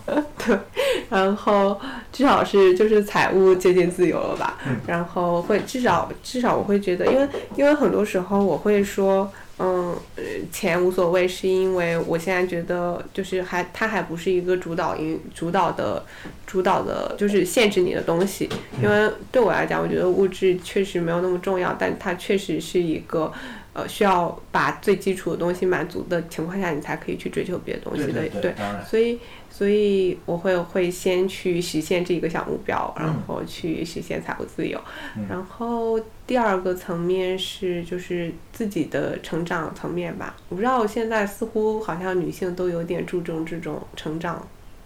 [SPEAKER 2] 然后至少是就是财务接近自由了吧，
[SPEAKER 1] 嗯
[SPEAKER 2] 然后会至少至少我会觉得，因为因为很多时候我会说，嗯，呃钱无所谓，是因为我现在觉得就是还它还不是一个主导因主导的主导的，就是限制你的东西，
[SPEAKER 1] 嗯
[SPEAKER 2] 因为对我来讲，我觉得物质确实没有那么重要，但它确实是一个。呃，需要把最基础的东西满足的情况下，你才可以去追求别的东西
[SPEAKER 1] 对
[SPEAKER 2] 的。
[SPEAKER 1] 对对，当然，
[SPEAKER 2] 所以，所以我会会先去实现这个小目标，
[SPEAKER 1] 嗯
[SPEAKER 2] 然后去实现财务自由。
[SPEAKER 1] 嗯
[SPEAKER 2] 然后第二个层面是就是自己的成长层面吧。我不知道现在似乎好像女性都有点注重这种成长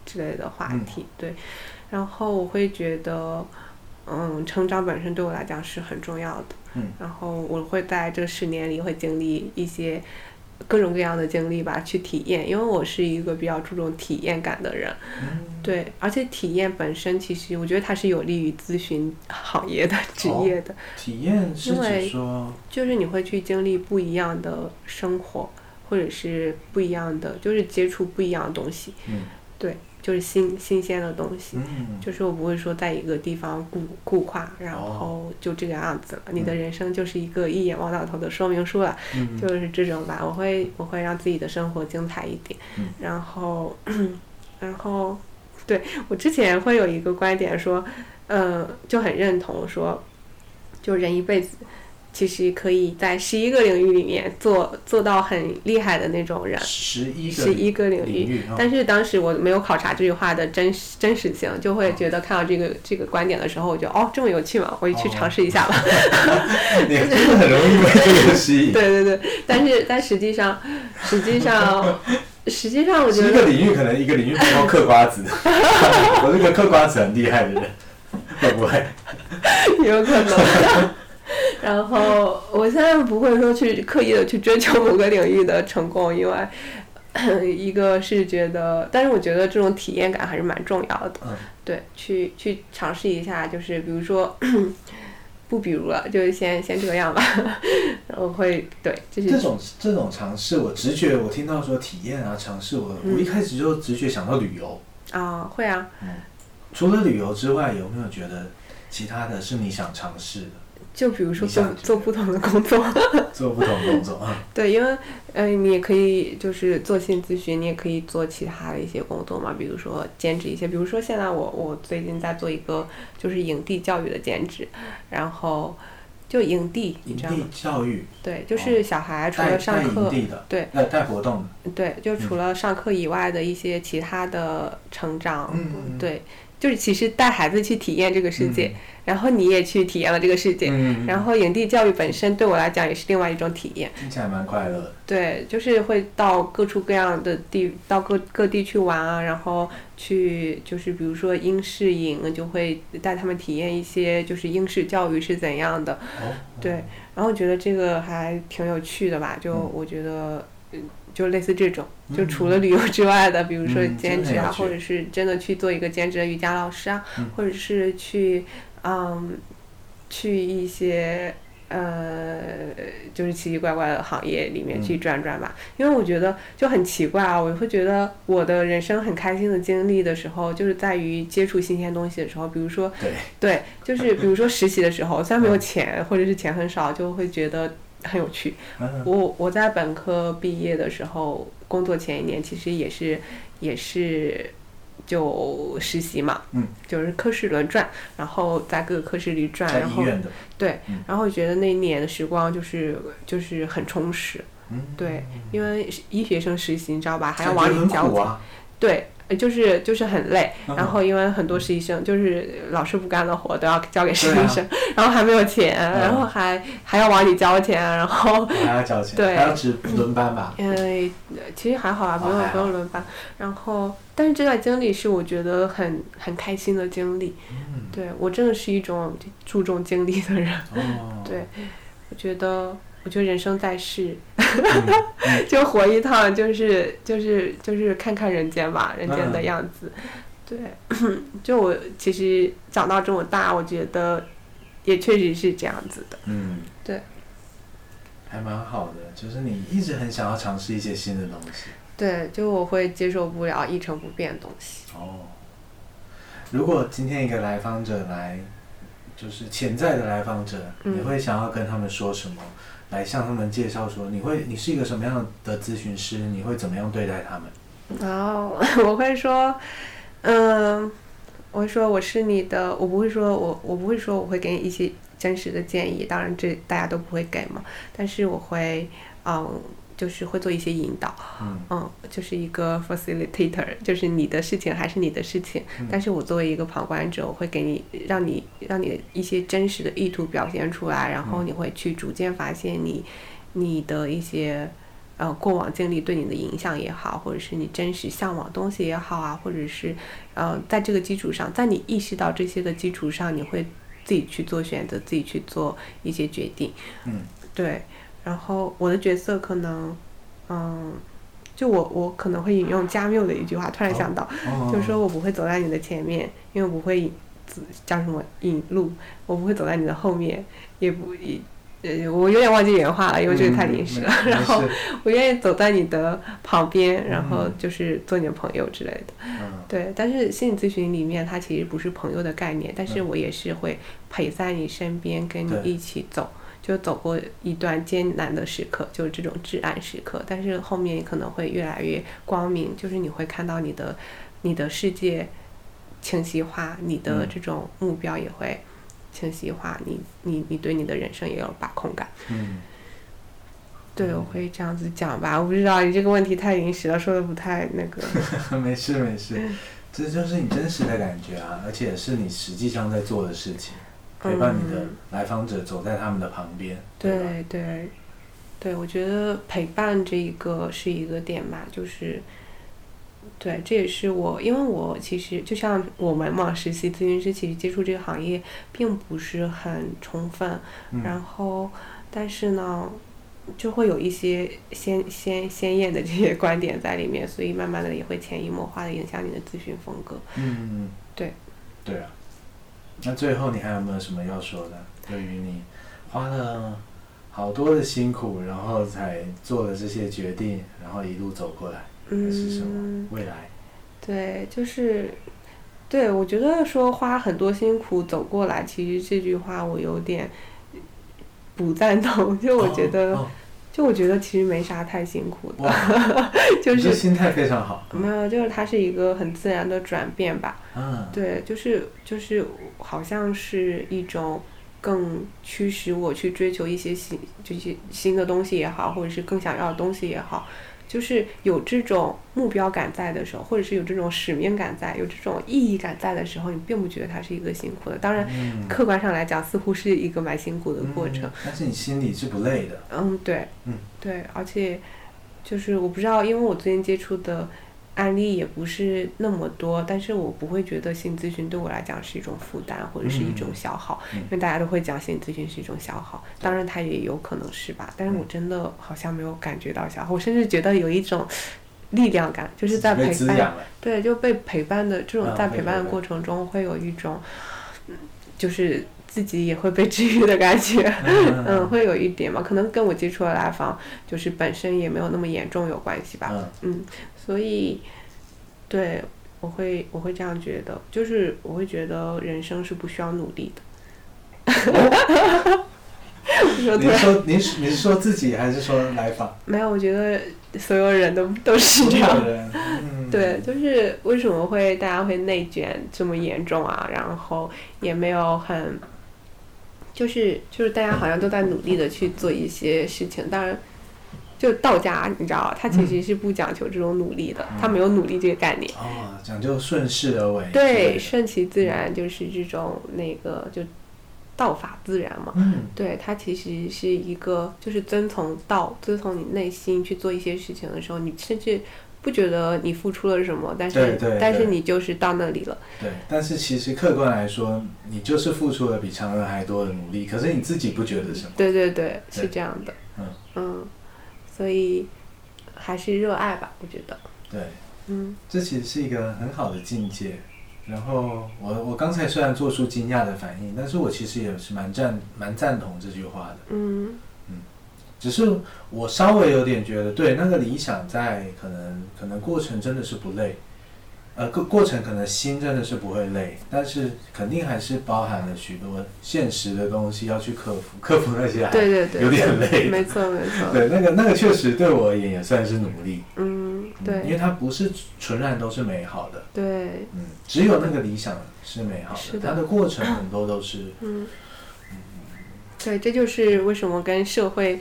[SPEAKER 2] 之类的话题，对。然后我会觉得，嗯，成长本身对我来讲是很重要的。
[SPEAKER 1] 嗯。
[SPEAKER 2] 然后我会在这十年里会经历一些各种各样的经历吧，去体验。因为我是一个比较注重体验感的人，
[SPEAKER 1] 嗯
[SPEAKER 2] 对，而且体验本身其实我觉得它是有利于咨询行业的 职业的，
[SPEAKER 1] 嗯体验是
[SPEAKER 2] 因
[SPEAKER 1] 指
[SPEAKER 2] 为
[SPEAKER 1] 说，
[SPEAKER 2] 就是你会去经历不一样的生活，或者是不一样的，就是接触不一样的东西，
[SPEAKER 1] 嗯
[SPEAKER 2] 对，就是新新鲜的东西。
[SPEAKER 1] 嗯，
[SPEAKER 2] 就是我不会说在一个地方固固化，然后就这个样子了。你的人生就是一个一眼望到头的说明书了，啊
[SPEAKER 1] 嗯
[SPEAKER 2] 就是这种吧。我会我会让自己的生活精彩一点，
[SPEAKER 1] 嗯
[SPEAKER 2] 然后 然后对我之前会有一个观点说，呃，就很认同说，就人一辈子。其实可以在十一个领域里面做做到很厉害的那种人，
[SPEAKER 1] 十一个
[SPEAKER 2] 十一个领域
[SPEAKER 1] 领，域啊，
[SPEAKER 2] 但是当时我没有考察这句话的真实真实性，就
[SPEAKER 1] 啊
[SPEAKER 2] 会觉得看到这个这个观点的时候，我觉得哦这么有趣嘛，我也去
[SPEAKER 1] 哦
[SPEAKER 2] 尝试一下吧。
[SPEAKER 1] 你真的很容易被这个吸引。
[SPEAKER 2] 对对对，但是但实际上，实 际上，实际上我觉
[SPEAKER 1] 一个
[SPEAKER 2] 得
[SPEAKER 1] 领域可能一个领域不够嗑瓜 子， 我这个嗑瓜子很厉害的人，会不会？
[SPEAKER 2] 有可能。 然后我现在不会说去刻意的去追求某个领域的成功，因为 一个是觉得，但是我觉得这种体验感还是蛮重要的。
[SPEAKER 1] 嗯
[SPEAKER 2] 对，去去尝试一下，就是比如说， 不比如了，就是先先这样吧。 我会对，就是
[SPEAKER 1] 这种这种尝试，我直觉我听到说体验啊尝试，我
[SPEAKER 2] 嗯
[SPEAKER 1] 我一开始就直觉想到旅游。
[SPEAKER 2] 啊、会啊，
[SPEAKER 1] 除了旅游之外，有没有觉得其他的是你想尝试的？
[SPEAKER 2] 就比如说
[SPEAKER 1] 你想
[SPEAKER 2] 做
[SPEAKER 1] 去
[SPEAKER 2] 做不同的工作，
[SPEAKER 1] 做不同工作啊。
[SPEAKER 2] 对，因为呃，你也可以就是做心理咨询，你也可以做其他的一些工作嘛，比如说兼职一些，比如说现在我我最近在做一个就是营地教育的兼职，然后就营地， 你
[SPEAKER 1] 营
[SPEAKER 2] 知道吗
[SPEAKER 1] 地？教育，
[SPEAKER 2] 对，就是小孩除
[SPEAKER 1] 哦带
[SPEAKER 2] 了
[SPEAKER 1] 带嗯
[SPEAKER 2] 上
[SPEAKER 1] 营
[SPEAKER 2] 课，
[SPEAKER 1] 地的，
[SPEAKER 2] 对，
[SPEAKER 1] 呃，带活动的，
[SPEAKER 2] 对，就除了上课以外的一些其他的成长，
[SPEAKER 1] 嗯，
[SPEAKER 2] 对，就是其实带孩子去体验这个世界，然后你也去体验了这个世界。
[SPEAKER 1] 嗯，嗯，
[SPEAKER 2] 然
[SPEAKER 1] 后
[SPEAKER 2] 后营地教育本身对我来讲也是另外一种体验，
[SPEAKER 1] 听起来蛮快乐的，
[SPEAKER 2] 对，就是会到各处各样的地，到各各地去玩啊，然后去就是比如说英式营，就会带他们体验一些就是英式教育是怎样的，
[SPEAKER 1] 哦，
[SPEAKER 2] 对，然后觉得这个还挺有趣的吧，就
[SPEAKER 1] 嗯
[SPEAKER 2] 我觉得。嗯就类似这种，就
[SPEAKER 1] 嗯
[SPEAKER 2] 除了旅游之外的，比如说
[SPEAKER 1] 嗯
[SPEAKER 2] 兼
[SPEAKER 1] 真的
[SPEAKER 2] 职
[SPEAKER 1] 有
[SPEAKER 2] 啊，
[SPEAKER 1] 趣
[SPEAKER 2] 或者是真的去做一个兼职的瑜伽老师啊，
[SPEAKER 1] 嗯
[SPEAKER 2] 或者是去，嗯，去一些呃，就是奇奇怪怪的行业里面
[SPEAKER 1] 嗯
[SPEAKER 2] 去转转吧。因为我觉得就很奇怪啊，我会觉得我的人生很开心的经历的时候，就是在于接触新鲜东西的时候，比如说
[SPEAKER 1] 嗯对，
[SPEAKER 2] 对，就是比如说实习的时候，虽然没有钱，或者是钱很少，就会觉得很有趣。
[SPEAKER 1] 嗯，
[SPEAKER 2] 我我在本科毕业的时候，工作前一年其实也是也是就实习嘛，
[SPEAKER 1] 嗯，
[SPEAKER 2] 就是科室轮转，然后在各个科室里转，
[SPEAKER 1] 在
[SPEAKER 2] 然
[SPEAKER 1] 医
[SPEAKER 2] 后
[SPEAKER 1] 院的，
[SPEAKER 2] 然后觉得那一年的时光就是就是很充实，
[SPEAKER 1] 嗯，
[SPEAKER 2] 对，因为医学生实习你知道吧，还要
[SPEAKER 1] 感觉
[SPEAKER 2] 往
[SPEAKER 1] 很
[SPEAKER 2] 里交
[SPEAKER 1] 苦
[SPEAKER 2] 钱，
[SPEAKER 1] 啊，
[SPEAKER 2] 对。呃就是就是很累，
[SPEAKER 1] 嗯
[SPEAKER 2] 然后因为很多实习生就是老师不干的活都要交给实
[SPEAKER 1] 对啊
[SPEAKER 2] 习生，然后还没有钱，
[SPEAKER 1] 嗯
[SPEAKER 2] 然后还还要往里交钱，然后
[SPEAKER 1] 还要交钱，
[SPEAKER 2] 对
[SPEAKER 1] 还要值轮班吧，
[SPEAKER 2] 嗯、呃其实还好啊，
[SPEAKER 1] 哦
[SPEAKER 2] 不用
[SPEAKER 1] 还好
[SPEAKER 2] 不用轮班。然后，但是这段经历是我觉得很很开心的经历。
[SPEAKER 1] 嗯，
[SPEAKER 2] 对我真的是一种注重经历的人。
[SPEAKER 1] 哦，
[SPEAKER 2] 对，我觉得我觉得人生在世，
[SPEAKER 1] 嗯，
[SPEAKER 2] 就活一趟，就是就是就是看看人间吧，人间的
[SPEAKER 1] 嗯
[SPEAKER 2] 样子。对， 就我其实长到这么大，我觉得也确实是这样子的。
[SPEAKER 1] 嗯，
[SPEAKER 2] 对，
[SPEAKER 1] 还蛮好的，就是你一直很想要尝试一些新的东西，
[SPEAKER 2] 对，就我会接受不了一成不变的东西。
[SPEAKER 1] 哦，如果今天一个来访者来，就是潜在的来访者，
[SPEAKER 2] 嗯
[SPEAKER 1] 你会想要跟他们说什么？来向他们介绍说，你会你是一个什么样的咨询师？你会怎么样对待他们？
[SPEAKER 2] 然后呃我会说，嗯，我会说我是你的，我不会说我我不会说我会给你一些真实的建议，当然这大家都不会给嘛，但是我会，嗯，就是会做一些引导，
[SPEAKER 1] 嗯，
[SPEAKER 2] 嗯，就是一个 facilitator，就是你的事情还是你的事情，
[SPEAKER 1] 嗯
[SPEAKER 2] 但是我作为一个旁观者，我会给你让你让你的一些真实的意图表现出来，然后
[SPEAKER 1] 嗯
[SPEAKER 2] 你会去逐渐发现你你的一些呃过往经历对你的影响也好，或者是你真实向往的东西也好啊，或者是呃在这个基础上，在你意识到这些的基础上，你会自己去做选择，自己去做一些决定。
[SPEAKER 1] 嗯，
[SPEAKER 2] 对。然后我的角色可能，嗯，就我我可能会引用加缪的一句话，突然想到，
[SPEAKER 1] 哦
[SPEAKER 2] 就是说我不会走在你的前面，因为我不会引自叫什么引路，我不会走在你的后面，也不也呃，我有点忘记原话了，因为这个太临时了。
[SPEAKER 1] 嗯没
[SPEAKER 2] 然后
[SPEAKER 1] 没事
[SPEAKER 2] 我愿意走在你的旁边，然后
[SPEAKER 1] 嗯
[SPEAKER 2] 就是做你的朋友之类的。
[SPEAKER 1] 嗯
[SPEAKER 2] 对，但是心理咨询里面它其实不是朋友的概念，但是我也是会陪在你身边，跟你
[SPEAKER 1] 嗯对
[SPEAKER 2] 一起走，就走过一段艰难的时刻，就是这种至暗时刻。但是后面可能会越来越光明，就是你会看到你的你的世界清晰化，你的
[SPEAKER 1] 嗯
[SPEAKER 2] 这种目标也会清晰化，你你你对你的人生也有把控感。
[SPEAKER 1] 嗯，
[SPEAKER 2] 对，我
[SPEAKER 1] 嗯
[SPEAKER 2] 会这样子讲吧。我不知道你这个问题太临时了，说的不太那个。
[SPEAKER 1] 没事没事，这就是你真实的感觉啊，而且是你实际上在做的事情，陪伴你的
[SPEAKER 2] 嗯
[SPEAKER 1] 来访者走在他们的旁边，对吧？
[SPEAKER 2] 对对，对，我觉得陪伴这一个是一个点吧，就是，对，这也是我，因为我其实就像我们嘛，实习咨询师其实接触这个行业并不是很充分，然
[SPEAKER 1] 嗯，
[SPEAKER 2] 后但是呢，就会有一些鲜鲜鲜艳的这些观点在里面，所以慢慢的也会潜移默化的影响你的咨询风格。
[SPEAKER 1] 嗯，
[SPEAKER 2] 对，
[SPEAKER 1] 对啊。那最后你还有没有什么要说的？对于你花了好多的辛苦，然后才做了这些决定，然后一路走过来，还是什
[SPEAKER 2] 嗯
[SPEAKER 1] 么，未来？
[SPEAKER 2] 对，就是，对我觉得说花很多辛苦走过来，其实这句话我有点不赞同，就我觉得，
[SPEAKER 1] 哦
[SPEAKER 2] 就我觉得其实没啥太辛苦的，
[SPEAKER 1] 哇，
[SPEAKER 2] 就
[SPEAKER 1] 你这
[SPEAKER 2] 是
[SPEAKER 1] 心态非常好，
[SPEAKER 2] 没有，就是它是一个很自然的转变吧。
[SPEAKER 1] 嗯，
[SPEAKER 2] 对，就是就是，好像是一种更驱使我去追求一些新，就是新的东西也好，或者是更想要的东西也好，就是有这种目标感在的时候，或者是有这种使命感在，有这种意义感在的时候，你并不觉得它是一个辛苦的。当然，
[SPEAKER 1] 嗯，
[SPEAKER 2] 客观上来讲，似乎是一个蛮辛苦的过程。
[SPEAKER 1] 嗯，但是你心里是不累的，
[SPEAKER 2] 嗯，对，
[SPEAKER 1] 嗯，
[SPEAKER 2] 对，而且就是我不知道，因为我最近接触的案例也不是那么多，但是我不会觉得心理咨询对我来讲是一种负担或者是一种
[SPEAKER 1] 嗯
[SPEAKER 2] 消耗，
[SPEAKER 1] 嗯
[SPEAKER 2] 因为大家都会讲心理咨询是一种消耗，当然它也有可能是吧，但是
[SPEAKER 1] 嗯
[SPEAKER 2] 我真的好像没有感觉到消耗，我甚至觉得有一种力量感，就是在
[SPEAKER 1] 被
[SPEAKER 2] 陪
[SPEAKER 1] 滋
[SPEAKER 2] 伴
[SPEAKER 1] 养了，
[SPEAKER 2] 对，就被陪伴的这种
[SPEAKER 1] 啊
[SPEAKER 2] 在
[SPEAKER 1] 被
[SPEAKER 2] 陪伴
[SPEAKER 1] 陪
[SPEAKER 2] 的
[SPEAKER 1] 伴
[SPEAKER 2] 过程中，会有一种，嗯就是自己也会被 治愈的感觉，
[SPEAKER 1] 嗯
[SPEAKER 2] 嗯，会有一点嘛，可能跟我接触的来访就是本身也没有那么严重有关系吧，
[SPEAKER 1] 嗯，
[SPEAKER 2] 嗯，所以，对我会我会这样觉得，就是我会觉得人生是不需要努力的。
[SPEAKER 1] 嗯
[SPEAKER 2] 我说
[SPEAKER 1] 你
[SPEAKER 2] 对，
[SPEAKER 1] 说你是你是说自己还是说来访？
[SPEAKER 2] 没有，我觉得所有人都都是这样
[SPEAKER 1] 个人，嗯，
[SPEAKER 2] 对，，就是为什么会大家会内卷这么严重啊？然后也没有很，就是就是大家好像都在努力的去做一些事情，当然。就道家，你知道，他其实是不讲求这种努力的，他没有努力这个概念。
[SPEAKER 1] 哦，讲究顺势而为，
[SPEAKER 2] 对，，顺其自然就是这种那个就道法自然嘛。
[SPEAKER 1] 嗯，
[SPEAKER 2] 对，它其实是一个，就是遵从道，遵从你内心去做一些事情的时候，你甚至不觉得你付出了什么，但是
[SPEAKER 1] 对对
[SPEAKER 2] 但是
[SPEAKER 1] 对
[SPEAKER 2] 你就是到那里了。
[SPEAKER 1] 对，但是其实客观来说，你就是付出了比常人还多的努力，可是你自己不觉得什么。
[SPEAKER 2] 对对对，
[SPEAKER 1] 对
[SPEAKER 2] 是这样的。
[SPEAKER 1] 嗯
[SPEAKER 2] 所以还是热爱吧，我觉得。
[SPEAKER 1] 对，
[SPEAKER 2] 嗯
[SPEAKER 1] 这其实是一个很好的境界。然后我我刚才虽然做出惊讶的反应，但是我其实也是蛮赞蛮赞同这句话的。
[SPEAKER 2] 嗯
[SPEAKER 1] 只是我稍微有点觉得，对那个理想在可能可能过程真的是不累，呃，过过程可能心真的是不会累，但是肯定还是包含了许多现实的东西要去克服， 克服那些还
[SPEAKER 2] 对对对，
[SPEAKER 1] 有点累。
[SPEAKER 2] 没错没错。
[SPEAKER 1] 对，那个那个确实对我而言也算是努力，
[SPEAKER 2] 嗯，
[SPEAKER 1] 嗯因
[SPEAKER 2] 对
[SPEAKER 1] 为它不是纯然都是美好的，
[SPEAKER 2] 对，
[SPEAKER 1] 嗯，只有那个理想是美好
[SPEAKER 2] 是
[SPEAKER 1] 的，
[SPEAKER 2] 的
[SPEAKER 1] 它的过程很多都是，
[SPEAKER 2] 嗯，对，这就是为什么跟社会。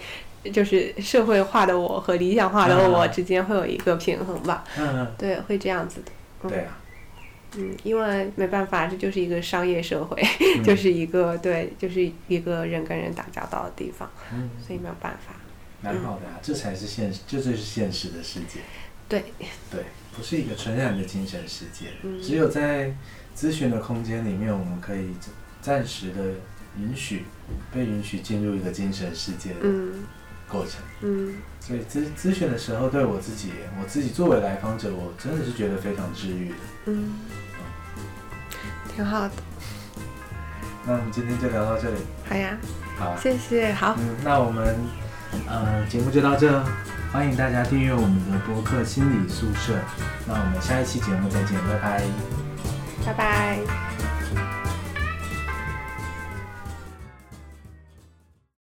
[SPEAKER 2] 就是社会化的我和理想化的我
[SPEAKER 1] 嗯
[SPEAKER 2] 之间会有一个平衡吧，
[SPEAKER 1] 嗯，
[SPEAKER 2] 对，会这样子的，
[SPEAKER 1] 对 啊，
[SPEAKER 2] 嗯，因为没办法，这就是一个商业社会，
[SPEAKER 1] 嗯
[SPEAKER 2] 就是一个对，就是一个人跟人打交道的地方，
[SPEAKER 1] 嗯，
[SPEAKER 2] 所以没有办法。嗯
[SPEAKER 1] 蛮好的啊，这才是现实，这就是现实的世界。
[SPEAKER 2] 对，
[SPEAKER 1] 对，不是一个纯然的精神世界，
[SPEAKER 2] 嗯
[SPEAKER 1] 只有在咨询的空间里面，我们可以暂暂时的允许被允许进入一个精神世界的
[SPEAKER 2] 嗯
[SPEAKER 1] 过程。
[SPEAKER 2] 嗯
[SPEAKER 1] 所以咨咨询的时候，对我自己，我自己作为来访者，我真的是觉得非常治愈的。
[SPEAKER 2] 嗯，挺好的。
[SPEAKER 1] 那我们今天就聊到这里，
[SPEAKER 2] 好呀，
[SPEAKER 1] 好啊吧？
[SPEAKER 2] 谢谢，好，
[SPEAKER 1] 嗯，那我们呃节目就到这，欢迎大家订阅我们的博客心理宿舍。那我们下一期节目再见，拜拜。
[SPEAKER 2] 拜拜。